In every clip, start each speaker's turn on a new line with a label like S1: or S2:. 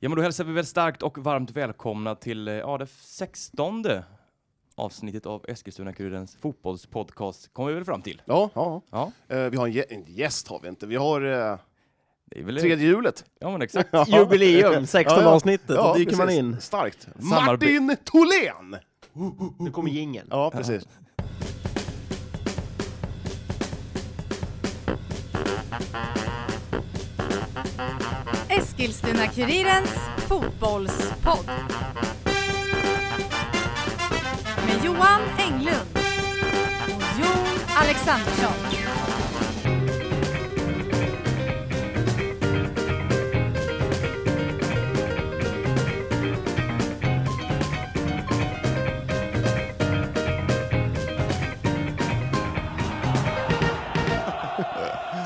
S1: Ja, men då hälsar vi väl starkt och varmt välkomna till eh, ja, det sextonde avsnittet av Eskilstuna-Kurirens fotbollspodcast, kommer vi väl fram till.
S2: Ja, ja.
S1: Ja,
S2: Eh, vi har en, gä- en gäst har vi inte. Vi har eh,
S1: det är väl
S2: tredje hjulet.
S1: Ja, men exakt.
S3: Jubileum, 16
S2: Ja, ja.
S3: avsnittet, då dyker
S2: precis.
S3: man in.
S2: Starkt.
S1: Samarbete.
S2: Martin Tholén!
S3: Nu kommer jingeln.
S2: Ja, precis.
S4: Eskilstuna-Kurirens fotbollspodd. Med Johan Englund och Jon Alexandersson.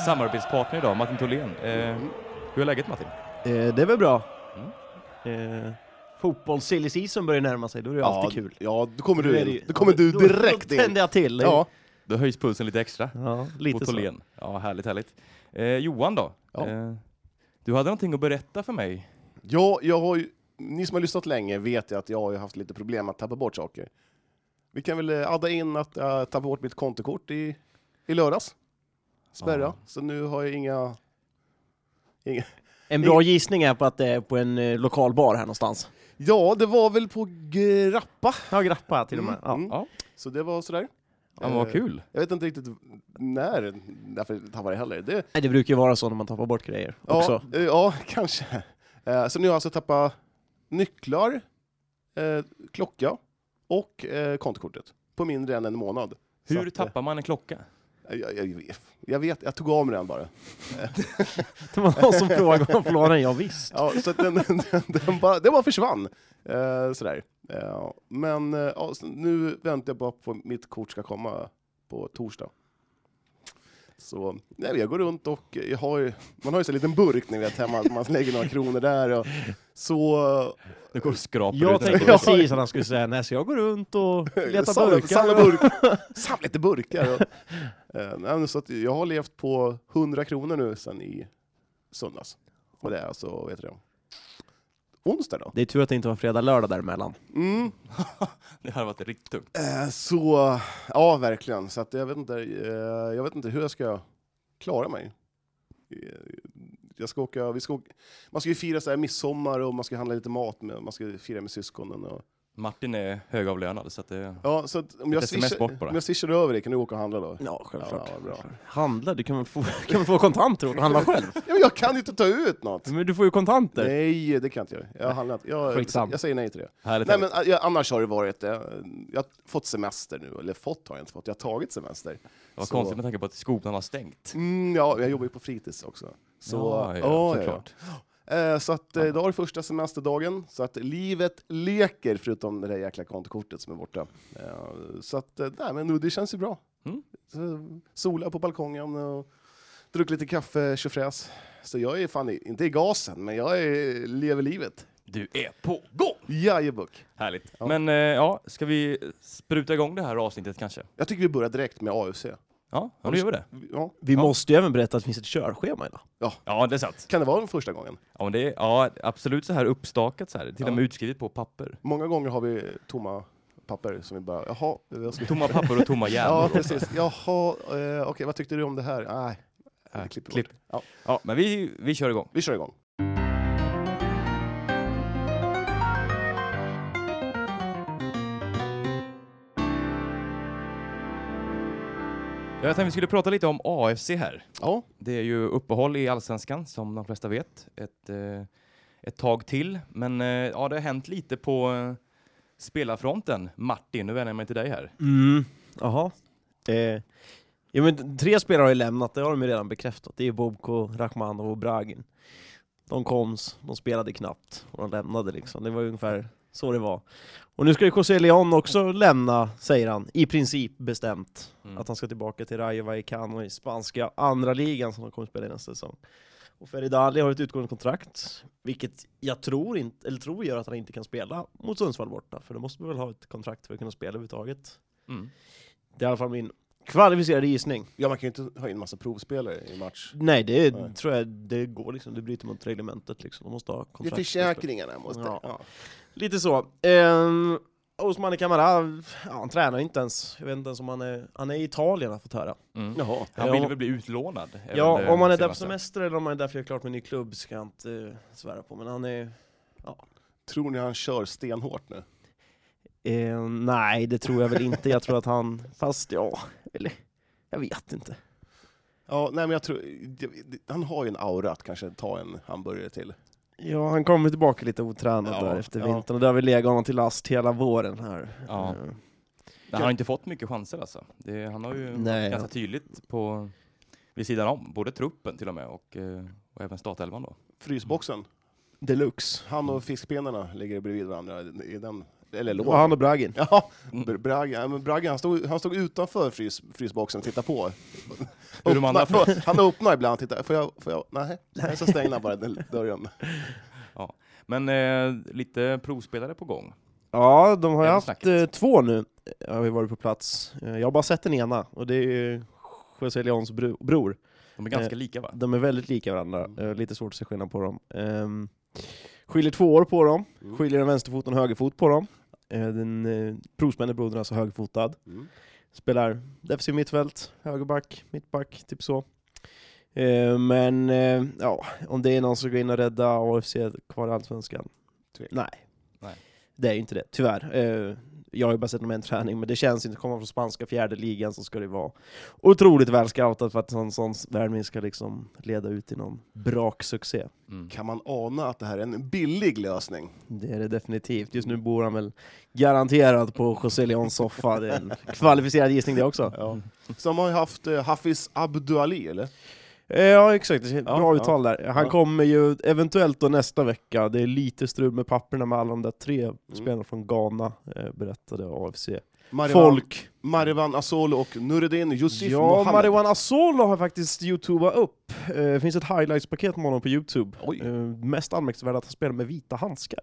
S1: Samarbetspartner idag, Martin Tholén. Eh, hur är läget Martin?
S3: Eh, det är väl bra. Eh, fotbolls silly season börjar närma sig, då är det alltid kul.
S2: Ja, då kommer du
S3: är det ju-
S2: in. Då kommer du
S3: Då-
S2: direkt
S3: Då
S2: in.
S3: tänder jag till.
S2: Ja,
S1: Då höjs pulsen lite extra
S3: Ja,
S1: på
S3: lite så.
S1: Tholén. Ja, härligt, härligt. Eh, Johan då?
S2: Ja.
S1: Eh, du hade någonting att berätta för mig.
S2: ja jag har ju, ni som har lyssnat länge vet ju att jag har ju haft lite problem att tappa bort saker. Vi kan väl eh, adda in att jag tappade bort mitt kontokort i, i lördags. Spärra.
S1: Ja.
S2: Så nu har jag inga...
S3: En bra gissning är på att det är på en eh, lokal bar här någonstans.
S2: Ja, det var väl på Grappa.
S3: Ja, Grappa till och med.
S2: Mm,
S3: Ja.
S2: mm.
S1: Ja.
S2: Så det var sådär.
S1: Ja, men vad
S2: Eh,
S1: kul.
S2: Jag vet inte riktigt när därför tappade jag heller. Det,
S3: Nej, Det brukar ju vara så när man tappar bort grejer också.
S2: ja, eh, ja, kanske. Eh, Så nu har jag alltså tappat nycklar, eh, klocka och eh, kontokortet på mindre än en månad. Så
S1: Hur
S2: att,
S1: tappar man en klocka?
S2: eh, Jag, jag, vet- jag vet, jag tog av mig den bara.
S3: Det var någon som frågade om förloraren, ja visst.
S2: Ja, så att den, den, den, den, bara, den bara försvann. Eh, Sådär. Eh, Men eh, ja, så nu väntar jag bara på att mitt kort ska komma på torsdag. Så nej, men jag går runt och jag har ju, man har ju så en liten burk ni vet hemma, man lägger några kronor där och så
S1: Nu går du och skrapar
S3: Jag
S1: ut den.
S3: tänkte precis att han skulle säga nej, så jag går runt och letar
S2: eh, Samla- Samla,
S3: burkar.
S2: burk, samla lite burkar. Och, eh, nej, men så att jag har levt på 100 kronor nu sedan i söndags. Och det är alltså, vad heter det? Onsdag då?
S3: Det är tur att det inte var fredag, lördag däremellan.
S2: Mm.
S1: Det hade varit riktigt tungt.
S2: Eh, så, ja verkligen. Så att jag, vet inte, eh, jag vet inte hur jag ska klara mig. Eh, Jag ska åka, vi ska åka, man ska ju fira så här midsommar och man ska handla lite mat, med, man ska fira med syskonen. Och,
S1: Martin är högavlönad så att eh, det...
S2: ja, så att om, jag
S1: Ett sms
S2: swishar,
S1: bort bara.
S2: om jag swishar över dig, kan du åka och handla då?
S3: Ja,
S2: självklart. Ja, bra.
S3: Handla, du kan väl få, kan väl få kontanter och handla själv?
S2: Ja, men jag kan ju inte ta ut något!
S3: Men du får ju kontanter.
S2: Nej, det kan jag inte göra. Jag, har handlat, jag,
S3: Skitsam.
S2: jag säger nej till det.
S1: Härligt,
S2: Nej,
S1: härligt.
S2: men, eh, jag, annars har det varit, eh, jag har fått semester nu, eller fått har jag inte fått, jag har tagit semester.
S1: Det var
S2: så-
S1: konstigt med tanke på att skolan har stängt.
S2: Mm, ja, jag jobbar ju på fritids också. Så,
S1: ja,
S2: ja,
S1: ja,
S2: ja,
S1: såklart.
S2: ja. Eh, så att, eh, idag är det första semesterdagen, så att livet leker förutom det där jäkla kontokortet som är borta. Eh, så att, eh, nej, men nu, det känns ju bra.
S1: Mm.
S2: Så, sola på balkongen och druckit lite kaffe, tjofräs. Så jag är fan, i- inte i gasen, men jag är, lever livet.
S1: Du är på gång!
S2: Jajebuck!
S1: Härligt.
S2: Ja.
S1: Men eh, ja, ska vi spruta igång det här avsnittet kanske?
S2: Jag tycker vi börjar direkt med AFC.
S1: Ja, ja nu gör vi det.
S2: Ja.
S3: Vi måste ju även berätta att det finns ett körschema idag.
S1: Ja, det är sant.
S2: Kan det vara den första gången?
S1: Ja, men det är, ja, absolut så här uppstakat så här. Till
S2: Ja.
S1: och med utskrivet på papper.
S2: Många gånger har vi tomma papper som vi bara, jaha, jag ska
S1: Tomma papper och tomma
S2: Ja,
S1: hjärnor.
S2: precis. Jaha, eh, okej, vad tyckte du om det här? Nej,
S1: Nej,
S2: vi klipper
S1: klipp.
S2: bort. Ja,
S1: Ja, men vi, vi kör igång.
S2: vi kör igång.
S1: Ja, jag tänkte vi skulle prata lite om AFC här.
S2: Ja,
S1: Det är ju uppehåll i Allsvenskan som de flesta vet. Ett, eh, ett tag till. Men eh, ja, det har hänt lite på eh, spelarfronten. Martin, nu vänder jag mig till dig här.
S3: Mm, jaha. Eh, ja, men tre spelare har ju lämnat, det har de ju redan bekräftat. Det är Bobko, Rachmanov och Bragin. De kom, de spelade knappt och de lämnade liksom. Det var ungefär så det var. Och nu ska ju José Leon också lämna, säger han, i princip bestämt.
S1: Mm.
S3: Att han ska tillbaka till Rayo Vallecano i spanska andra ligan som de kommer spela i nästa säsong. Och Ferid Ali har ett utgående kontrakt, vilket jag tror, inte, eller tror gör att han inte kan spela mot Sundsvall borta, för då måste man väl ha ett kontrakt för att kunna spela överhuvudtaget.
S1: Mm.
S3: Det är i alla fall min Kvalificerad gissning.
S2: Ja, man kan ju inte ha in massa provspelare i match.
S3: Nej, det
S2: Nej.
S3: tror jag det går liksom. Det bryter mot reglementet liksom. De måste ha
S2: Det är
S3: kontrakt.
S2: försäkringarna måste...
S3: Ja.
S2: Ja.
S3: Lite så. Ehm, Osmani Kamara, ja, han tränar ju inte ens. Jag vet inte ens om han är... Han är i Italien har jag fått höra.
S1: Mm.
S2: Jaha.
S1: Han
S3: Ja,
S1: ville
S3: om-
S1: väl bli utlånad? är väl
S3: Ja,
S1: det
S3: om han är där på
S1: senaste.
S3: semester eller om han är där för att göra klart med en ny klubb ska jag inte eh, svära på. Men han är...
S2: Tror ni han kör stenhårt nu?
S3: Eh, nej, det tror jag väl inte. Jag tror att han... Fast ja, eller... Jag vet inte.
S2: Ja, nej men jag tror... det- det- Han har ju en aura att kanske ta en hamburgare till.
S3: Ja, han kommer tillbaka lite otränad
S2: Ja,
S3: där efter
S2: ja.
S3: vintern och det har vi legat honom till last hela våren här.
S1: Ja.
S3: Eh,
S1: Nej, Han har inte fått mycket chanser alltså. Det, han har ju
S3: Nej,
S1: ganska tydligt på, vid sidan om, både truppen till och med och, eh, och även startelvan då.
S2: Frysboxen.
S3: Deluxe.
S2: Han och fiskbenarna ligger bredvid varandra i den... Eller låg.
S3: Och han och Bragin.
S2: Ja,
S1: Mm.
S2: Br- Braga, ja, men Braga han, stod, han stod utanför frys, frysboxen och tittade på.
S1: Hur de andra-
S2: Öppna- förlåt, han öppnar ibland och tittar, får jag? Får jag? Nej, Nej, så stänger han bara den dörren.
S1: Men eh, lite provspelare på gång.
S3: Ja, de har ju
S1: Även
S3: haft
S1: snacket.
S3: eh, två nu, eh, har vi varit på plats. Eh, Jag har bara sett den ena, och det är ju José Leons bro- bror.
S1: De är
S3: Eh.
S1: ganska lika va?
S3: De är väldigt lika varandra,
S2: Mm.
S3: eh, lite svårt att se skillnad på dem. Ehm, skiljer två år på dem,
S2: Mm.
S3: skiljer en vänsterfot och en högerfot på dem. Eh, Den eh, provsmännen brodern är alltså högerfotad.
S2: Mm.
S3: Spelar defensiv mittfält, högerback, mittback, typ så. Eh, Men eh, ja, om det är någon som går in och rädda AFC kvar i Allsvenskan?
S2: Tvek.
S3: Nej.
S1: Nej.
S3: Det är ju inte det, tyvärr. Eh, Jag har ju bara sett dem en träning, men det känns inte. Kommer man från spanska fjärde ligan så ska det vara otroligt väl scoutat för att en sån värvning ska liksom leda ut i någon braksuccé.
S1: Mm.
S2: Kan man ana att det här är en billig lösning?
S3: Det är det definitivt. Just nu bor han väl garanterat på José Leons soffa. Det är en kvalificerad gissning det också.
S2: Ja. Som har ju haft eh, Hafiz Abduali, eller?
S3: Eh, Ja exakt, Det är bra
S2: ja.
S3: uttal där. Han
S2: Ja.
S3: kommer ju eventuellt då nästa vecka, det är lite strul med papperna med alla de där tre
S2: Mm.
S3: spelarna från Ghana, eh, berättade AFC. Folk!
S2: Marivan Asolo och Nureddin Yusuf
S3: Ja,
S2: Mohammed.
S3: Mariwan Asolo har faktiskt youtubat upp. Eh, Det finns ett highlights-paket med honom på youtube.
S2: Oj.
S3: Eh, Mest anmärkningsvärt att han spelar med vita handskar.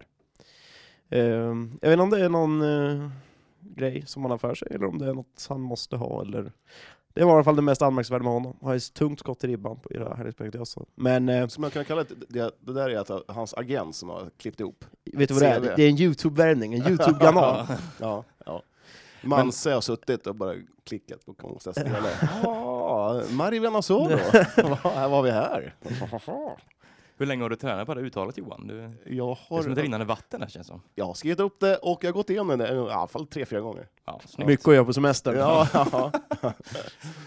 S3: Eh, Jag vet inte om det är någon eh, grej som han har för sig, eller om det är något han måste ha, eller... Det var i alla fall det mest anmärkningsvärda med honom. Han har ett tungt skott i ribban på, i det här highlights-paketet jag såg. Men eh,
S2: Som jag kan kalla det, det, det där är att eh, hans agent som har klippt ihop.
S3: Vet du vad det är?
S2: CV.
S3: Det är en Youtube-värvning, en Youtube-kanal.
S2: Ja, ja. Manse har suttit och bara klickat på konstiga spelare. Ja, Marivan Asolo, här var vi här.
S1: Hur länge har du tränat på det här uttalet Johan? Du,
S2: Jag
S1: det är som ett
S2: har,
S1: rinnande vatten här känns som.
S2: jag har skrivit upp det och jag har gått igenom det i alla fall tre, fyra gånger.
S1: Ja, snyggt.
S3: Mycket att göra på semestern.
S2: Ja, ja.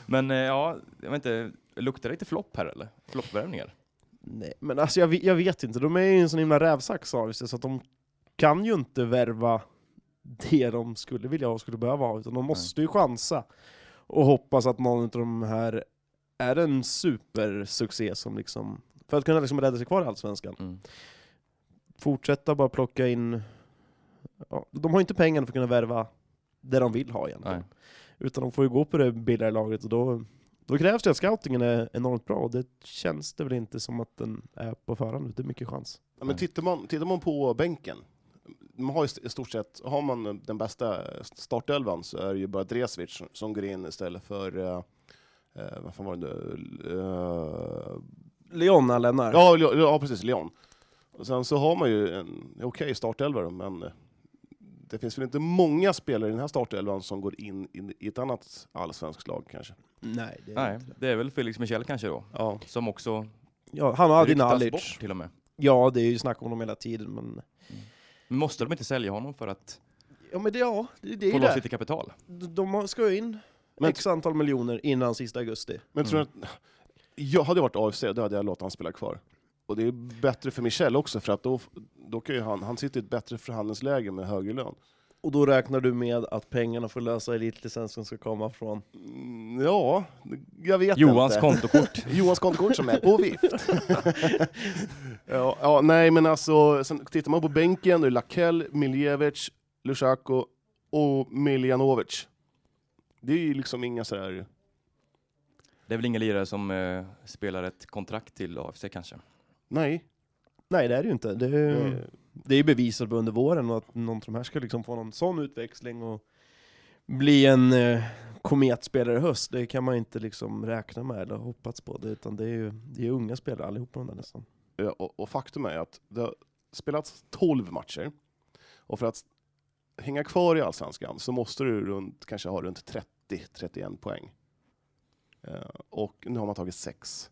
S1: Men eh, ja, jag vet inte, luktar det lite flopp här eller? Floppvärvningar?
S3: Nej, men alltså jag, vet- jag vet inte, de är ju en sån himla rävsax av sig, så att de kan ju inte värva det de skulle vilja ha och skulle behöva ha, utan de måste ju chansa och hoppas att någon av de här är en supersuccé som liksom, för att kunna liksom rädda sig kvar i Allsvenskan.
S1: Mm.
S3: Fortsätta bara plocka in, ja, de har ju inte pengarna för att kunna värva det de vill ha egentligen.
S1: Nej.
S3: Utan de får ju gå på det billigare laget och då, då krävs det att scoutingen är enormt bra och det känns det väl inte som att den är på förhand. Det är mycket chans.
S2: Ja, Men tittar man, tittar man på bänken, man har ju i stort sett, har man den bästa startelvan så är det ju bara Dresvic som- som går in istället för, eh, eh, vad fan var det nu, Eh,
S3: Leona lämnar.
S2: Ja, Le- ja precis, Leon. Och sen så har man ju en okej startelva då, men eh, det finns väl inte många spelare i den här startelvan som går in i- i ett annat allsvenskt lag kanske.
S3: Nej, det
S1: Nej, det är väl Felix Michel kanske då,
S2: Ja.
S1: som också
S3: Ja, han och Adin
S1: ryktas
S3: Alic.
S1: bort till och med.
S3: Ja, det är ju snack om dem hela tiden, men...
S1: Men Måste de inte sälja honom för att
S3: Ja, men det, ja, det, det är
S1: få
S3: ju
S1: loss
S3: det.
S1: lite kapital?
S3: De har- ska ju in
S2: Men-
S3: x antal miljoner innan sista augusti.
S2: Men tror du att, jag hade jag varit AFC, då hade jag låtit han spela kvar. Och det är bättre för Michel också, för att då, då kan ju han, han sitter i ett bättre förhandlingsläge med högre lön.
S3: Och då räknar du med att pengarna för att lösa elitlicensen ska komma från...
S2: Mm, Ja, jag vet
S1: Johans
S2: inte.
S1: kontokort.
S2: Johans kontokort som är på vift. ja, ja, nej men alltså, sen tittar man på bänken, det är Lakell, Miljevic, Lushako och Miljanovic. Det är ju liksom inga sådär...
S1: Det är väl inga lirare som eh, spelar ett kontrakt till AFC kanske?
S2: Nej.
S3: Nej, det är det ju inte. Det är,
S2: Mm.
S3: det är ju bevisat under våren och att någon av de här ska liksom få någon sån utväxling och bli en eh, kometspelare i höst, det kan man ju inte liksom räkna med eller hoppats på. Det, utan det är ju det är unga spelare allihopa de där nästan.
S2: Eh, Och, och faktum är att det har spelats 12 matcher. Och för att hänga kvar i Allsvenskan så måste du runt, kanske ha runt 30-31 poäng. Eh, och nu har man tagit 6.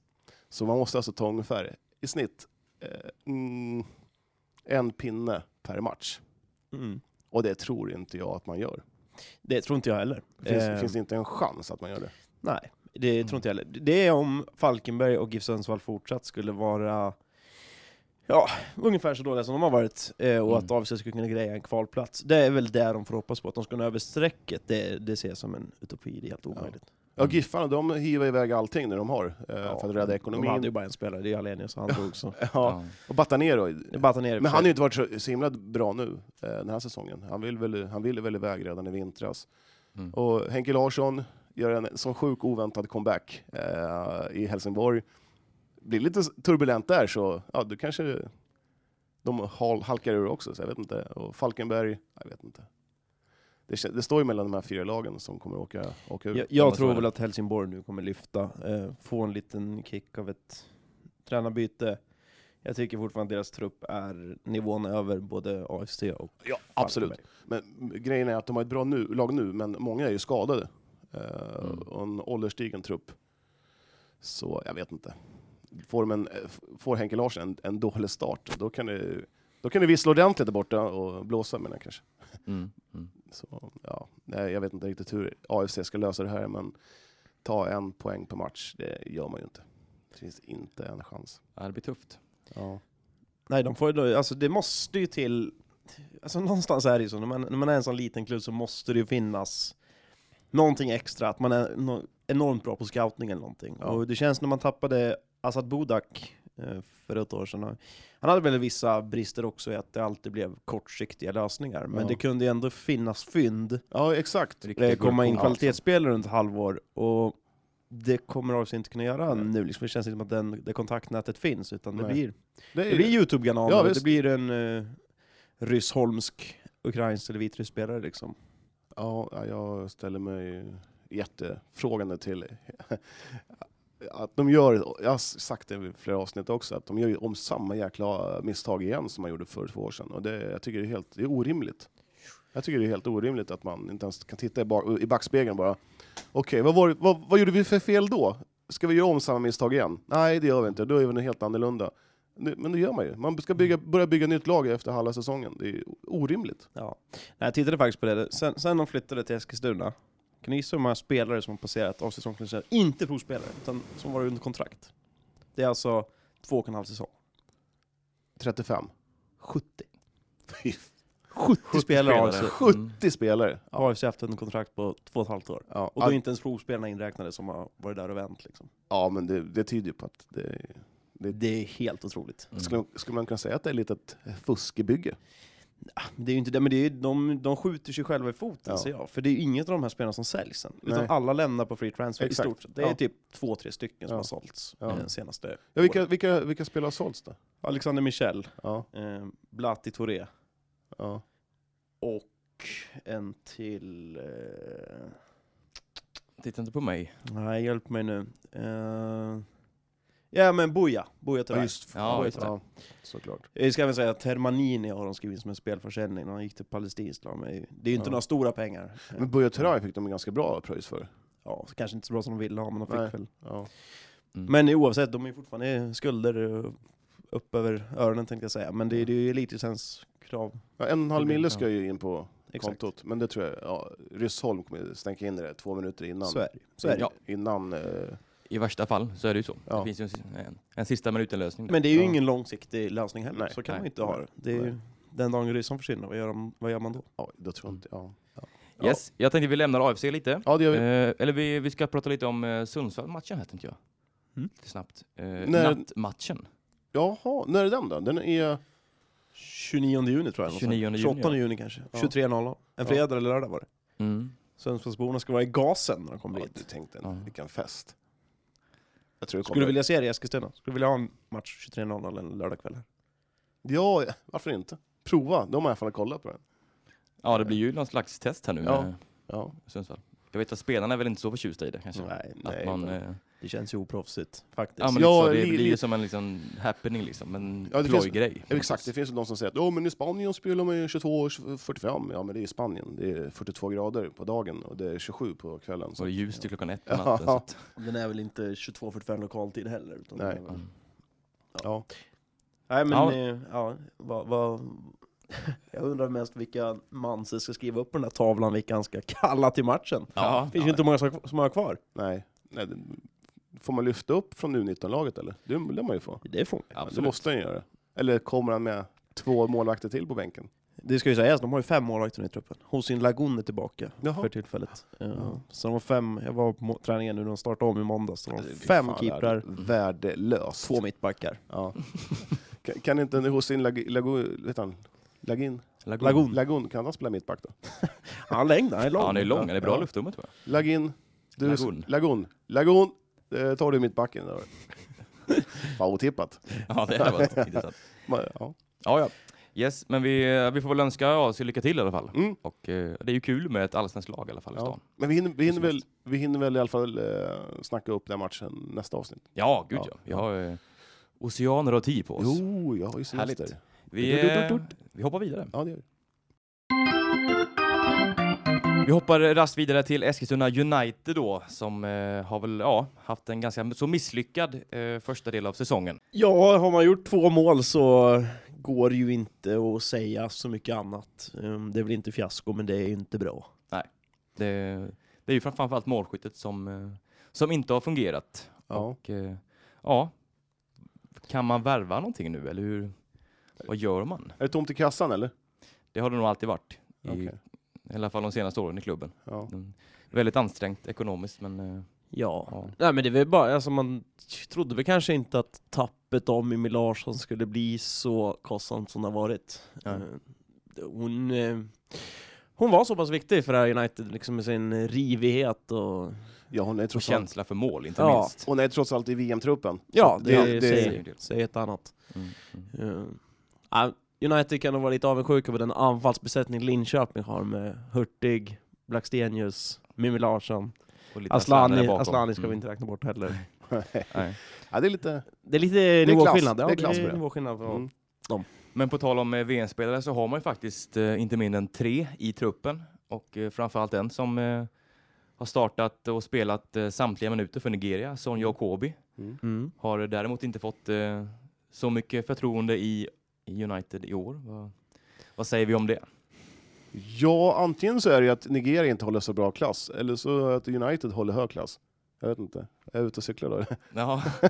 S2: Så man måste alltså ta ungefär i snitt eh, mm, en pinne per match. Och det tror inte jag att man gör.
S3: Det tror inte jag heller.
S2: Det finns,
S3: Eh, Mm.
S2: finns Mm. inte en chans att man gör det.
S3: Nej, det tror inte jag heller. Det är om Falkenberg och GIF Sundsvall fortsatt skulle vara Ja, ungefär så dåliga som de har varit eh, och
S1: Mm.
S3: att AFC skulle kunna greja en kvalplats. Det är väl där de får hoppas på, att de ska nå över strecket. Det, det ser jag som en utopi, det är helt omöjligt.
S2: Ja, Giffarna de hivar iväg allting när de har eh, för att rädda
S3: De
S2: ekonomin.
S3: hade ju bara en spelare, det är Alenius, och han drog så.
S2: ja. Och Batanero,
S3: Det är bara att han är i och för
S2: Men han har
S3: sig.
S2: ju inte varit så, så himla bra nu eh, den här säsongen. Han ville väl, han ville väl iväg redan i vintras.
S1: Mm.
S2: Och Henke Larsson gör en sån sjuk oväntad comeback eh, i Helsingborg. Blir lite s- turbulent där så ja, du kanske de hal- halkar ur också, så jag vet inte. Och Falkenberg, jag vet inte. Det, kän- det står ju mellan de här fyra lagen som kommer åka, åka ur.
S3: Jag,
S1: Ja,
S3: jag
S1: men så är
S3: tror
S1: det.
S3: väl att Helsingborg nu kommer lyfta, eh, få en liten kick av ett tränarbyte. Jag tycker fortfarande att deras trupp är nivån över både AFC och
S2: Ja, absolut.
S3: Falkenberg.
S2: Men grejen är att de har ett bra nu, lag nu, men många är ju skadade. Eh,
S1: Mm.
S2: Och en ålderstigen trupp. Så jag vet inte. Får, de en, eh, f- får Henke Larsson en, en dålig start, då kan det då kan det vissla ordentligt där borta och blåsa menar jag kanske.
S1: Mm. Mm.
S2: Så, ja. Nej, jag vet inte riktigt hur AFC ska lösa det här, men ta en poäng per match, det gör man ju inte. Det finns inte en chans.
S1: Ja, det blir tufft. Mm.
S2: Ja.
S3: Nej, de får, ju då- alltså, det måste ju till... Alltså, någonstans är det ju så, när man, när man är en sån liten klubb så måste det ju finnas någonting extra, att man är no, enormt bra på scouting eller någonting.
S2: Ja.
S3: Och det känns när man tappade Assad Bodak eh, för ett år sedan. Han hade väl vissa brister också i att det alltid blev kortsiktiga lösningar, men
S2: Ja.
S3: det kunde ju ändå finnas fynd
S2: ja, exakt.
S3: eh, komma in
S1: Ja.
S2: alltså.
S3: kvalitetsspelare runt halvår och det kommer AFC inte kunna göra
S2: Nej.
S3: nu. Liksom, det känns inte som att den, det kontaktnätet finns, utan det
S2: Nej.
S3: blir
S2: Det
S3: det
S2: är,
S3: blir Youtube-kanaler,
S2: Ja,
S3: det
S2: visst.
S3: blir en uh, ryssholmsk, ukrainsk eller vitrysk spelare liksom.
S2: Ja, ja, jag ställer mig jättefrågande till att de gör, jag har sagt det i flera avsnitt också, att de gör ju om samma jäkla misstag igen som man gjorde för två år sedan. Och det, jag tycker det är helt det är orimligt. Jag tycker det är helt orimligt att man inte ens kan titta i, bak, i backspegeln bara. Okej, vad, var, det- vad, vad gjorde vi för fel då? Ska vi göra om samma misstag igen? Nej, det gör vi inte. Då är vi nog helt annorlunda. Nu- Men det gör man ju. Man ska bygga, börja bygga nytt lag efter halva säsongen. Det är orimligt.
S3: Ja. Nej, jag tittade faktiskt på det, sen, sen de flyttade till Eskilstuna, kan ni gissa hur många spelare som har passerat av säsongsklubben? Inte provspelare, utan som var under kontrakt. Det är alltså två och en halv säsong.
S2: 35.
S3: 70.
S2: 70,
S3: 70, spelare har
S1: spelare.
S3: alltså.
S1: Mm.
S2: spelare. Ja.
S3: AFC haft en kontrakt på två och ett halvt år.
S2: Ja,
S3: Och då är
S2: ja,
S3: inte ens provspelarna inräknade som har varit där och vänt liksom.
S2: ja men det, det tyder ju på att det,
S3: Det är helt otroligt.
S1: Mm.
S2: skulle, skulle man kunna säga att det är lite ett fuskebygge.
S3: Det är ju inte det, men det är ju, de, de skjuter sig själva i foten
S2: Ja.
S3: ser jag. För det är ju inget av de här spelarna som säljs sen. Utan
S2: Nej.
S3: alla lämnar på free transfer
S2: Exakt.
S3: i stort sett. Det är
S2: Ja.
S3: typ två, tre stycken som
S2: Ja.
S3: har sålts
S2: Ja.
S3: eh, senaste
S2: Ja, vilka,
S3: året.
S2: vilka, vilka spelare har sålts då?
S3: Alexander Michel,
S2: Ja,
S3: eh, Blatti Touré
S2: ja.
S3: och en till... Eh,
S1: Titta inte på mig.
S3: nej, hjälp mig nu. Eh, ja, men Buja. Buja
S2: ja
S3: Turay.
S2: just
S1: Ja, just
S2: ja, såklart.
S3: Jag ska även säga att Termanini har de skrivit som en spelförsäljning när han gick till palestinskt lag. Men Det är ju inte
S2: Ja.
S3: några stora pengar. Eh,
S2: Men Buya Turay fick de en ganska bra pröjs för.
S3: Ja, kanske inte så bra som de ville ha, men de fick
S2: Nej.
S3: väl
S2: Ja.
S1: Mm.
S3: Men oavsett, de är ju fortfarande skulder eh, upp över öronen tänkte jag säga. Men det, det är ju elitlicenskrav.
S2: Ja, en och en halv
S3: Det blir-
S2: mille
S3: ja.
S2: ska ju in på
S3: Exakt.
S2: kontot, men det tror jag, ja, Ryssholm kommer stänka in det två minuter innan.
S3: Så är det. Så är det.
S1: Ja.
S2: Innan, eh,
S1: I värsta fall så är det ju så.
S2: Ja.
S1: Det finns ju en, si- en, en sista minuten-lösning. där.
S3: Men det är ju
S2: Ja.
S3: ingen långsiktig lösning heller.
S2: Nej.
S3: Så kan
S1: Nej.
S3: man ju inte ha det. det är ju, den dagen Ryssholm försvinner, vad gör, de, vad gör man då?
S2: ja, då tror jag inte, ja. Ja.
S1: Yes, jag tänkte vi lämnar AFC lite.
S2: ja, det gör vi.
S1: Eh, eller vi, vi ska prata lite om eh, Sundsvall-matchen här tänkte jag.
S3: Mm.
S1: Lite snabbt. Eh,
S2: När-
S1: Nattmatchen.
S2: Jaha, när är den då? Den är,
S3: 29 juni tror jag. någonstans.
S1: 29 juni,
S3: 28
S1: ja.
S3: juni kanske.
S2: Ja.
S3: 23.00. En fredag eller lördag var det.
S1: Mm.
S3: Sundsvallsborna ska vara i gasen när de kommer
S2: ja, du
S3: hit.
S2: tänkte,
S1: Ja.
S2: vilken fest. Jag tror det
S3: Skulle
S2: kommer.
S3: du vilja se det i Eskilstuna? Skulle du vilja ha en match 23.00 en lördagkväll här?
S2: Ja, varför inte? Prova, de har i alla fall kollat på den.
S1: Ja, det blir ju någon slags test här nu
S2: Ja.
S1: med
S2: Ja.
S1: Sundsvall. Jag vet att spelarna är väl inte så förtjusta i det kanske.
S3: Nej,
S1: Alltså, Att
S2: Nej,
S1: man,
S2: men-
S1: eh,
S3: det känns ju oproffsigt faktiskt.
S1: ja, men
S2: Ja,
S1: liksom, det
S2: li-
S1: blir
S2: li-
S1: ju som en liksom happening liksom, en
S2: Ja, det finns-
S1: plojgrej.
S2: Ja, Exakt, det finns ju de som säger att "Ja, men i Spanien spelar man ju 22 45. Ja, men det är i Spanien. Det är 42 grader på dagen och det är 27 på kvällen.
S1: Och
S2: Så.
S1: det är ljust till klockan ett på natten. så att,
S3: Den är väl inte 22.45 lokaltid heller? Utan
S2: Nej.
S3: den är väl-
S2: Ja.
S3: Nej men,
S1: Ja.
S3: ja, ja vad, vad, jag undrar mest vilka Manse ska skriva upp på den här tavlan, vilka han ska kalla till matchen.
S1: ja,
S3: Det finns ju inte många som- som har kvar.
S2: Nej. Nej. det- Får man lyfta upp från U19-laget eller? Det lär man ju få.
S3: Det får man.
S2: Det
S1: absolut.
S2: måste han göra. Eller kommer han med två målvakter till på bänken?
S3: Det ska ju sägas, de har ju fem målvakter nu i truppen. Hosin Lagun är tillbaka
S2: Jaha.
S3: för tillfället. Ja. Så de har fem, jag var på må- träningen nu, de startade om i måndags, så de har fem
S2: Fan, Mm.
S3: keeprar,
S2: Värdelöst.
S3: två mittbackar.
S2: Ja. kan, kan inte Hussein Lag, Lagu, vet han? Lagin?
S1: Lagun.
S3: Lagun.
S2: Lagun, kan han spela mittback då?
S3: Han är längd, han är lång.
S1: Ja, han är lång, han är bra
S2: Ja.
S1: luftrummet tror jag.
S2: Lagin. Du,
S1: Lagun.
S2: Lagun. Lagun. Eh, tar du mittbacken där. Fan, otippat.
S1: Ja, det hade varit intressant.
S2: Man, ja.
S1: Ja, ja. Yes, men vi, vi får väl önska AIK lycka till i alla fall.
S2: Mm.
S1: Och eh, det är ju kul med ett allsvenskt lag i alla fall i
S2: Ja.
S1: stan.
S2: Men vi hinner, vi, hinner väl, vi hinner väl i alla fall eh, snacka upp den matchen nästa avsnitt.
S1: Ja, gud ja.
S2: Ja.
S1: Vi har eh, oceaner av tid på oss.
S2: Jo, jag har ju semester.
S1: Härligt. Vi, eh, vi hoppar vidare.
S2: Ja, det gör vi.
S1: Vi hoppar raskt vidare till Eskilstuna United då, som eh, har väl ja, haft en ganska så misslyckad eh, första del av säsongen.
S3: Ja, har man gjort två mål så går det ju inte att säga så mycket annat. Ehm, Det är väl inte fiasko, men det är ju inte bra.
S1: Det, det är ju fram- framförallt målskyttet som, eh, som inte har fungerat.
S2: Ja.
S1: Och, eh, ja, kan man värva någonting nu eller hur? Vad gör man?
S2: Är det tomt i kassan eller?
S1: Det har det nog alltid varit. I,
S2: Okej.
S1: I alla fall de senaste åren i klubben.
S2: Ja.
S1: Mm. Väldigt ansträngt ekonomiskt men eh,
S3: Ja.
S1: ja.
S3: Nej men det var bara, alltså man trodde väl kanske inte att tappet av Mimmi Larsson skulle bli så kostsamt som det har varit.
S1: Nej.
S3: Eh, Hon, eh, hon var så pass viktig för det här United, liksom med sin rivighet och...
S2: ja, hon är
S1: och
S2: trots allt,
S1: känsla för mål inte
S3: Ja.
S1: minst.
S2: hon är trots allt i VM-truppen.
S3: Ja,
S2: Så
S3: det,
S1: det-
S3: säger,
S1: det-
S3: säger ett annat.
S1: Mm. Mm.
S3: Eh, ja, United kan nog vara lite avundsjuka på den anfallsbesättning Linköping har med Hurtig, Blackstenius, Mimmi Larsson,
S1: Och lite där
S3: Aslani,
S1: bakom.
S3: Aslani ska vi
S1: Mm.
S3: inte räkna bort heller.
S1: Nej.
S2: ja, det är lite...
S3: Det är lite
S2: klass.
S3: nivåskillnad.
S2: Det är
S3: Ja,
S2: klass
S3: det
S2: på
S3: är
S2: det.
S3: nivåskillnad. från-
S2: Mm.
S1: Men på tal om eh, VM-spelare så har man ju faktiskt eh, inte mindre än tre i truppen och eh, framförallt en som eh, har startat och spelat eh, samtliga minuter för Nigeria, Sonja Okobi,
S2: Mm.
S3: Mm.
S1: har däremot inte fått eh, så mycket förtroende i i United i år. Vad, vad säger vi om det?
S2: Ja, antingen så är det ju att Nigeria inte håller så bra klass, eller så att United håller hög klass. Jag vet inte. Jag är ute och cyklar då.
S1: Jaha.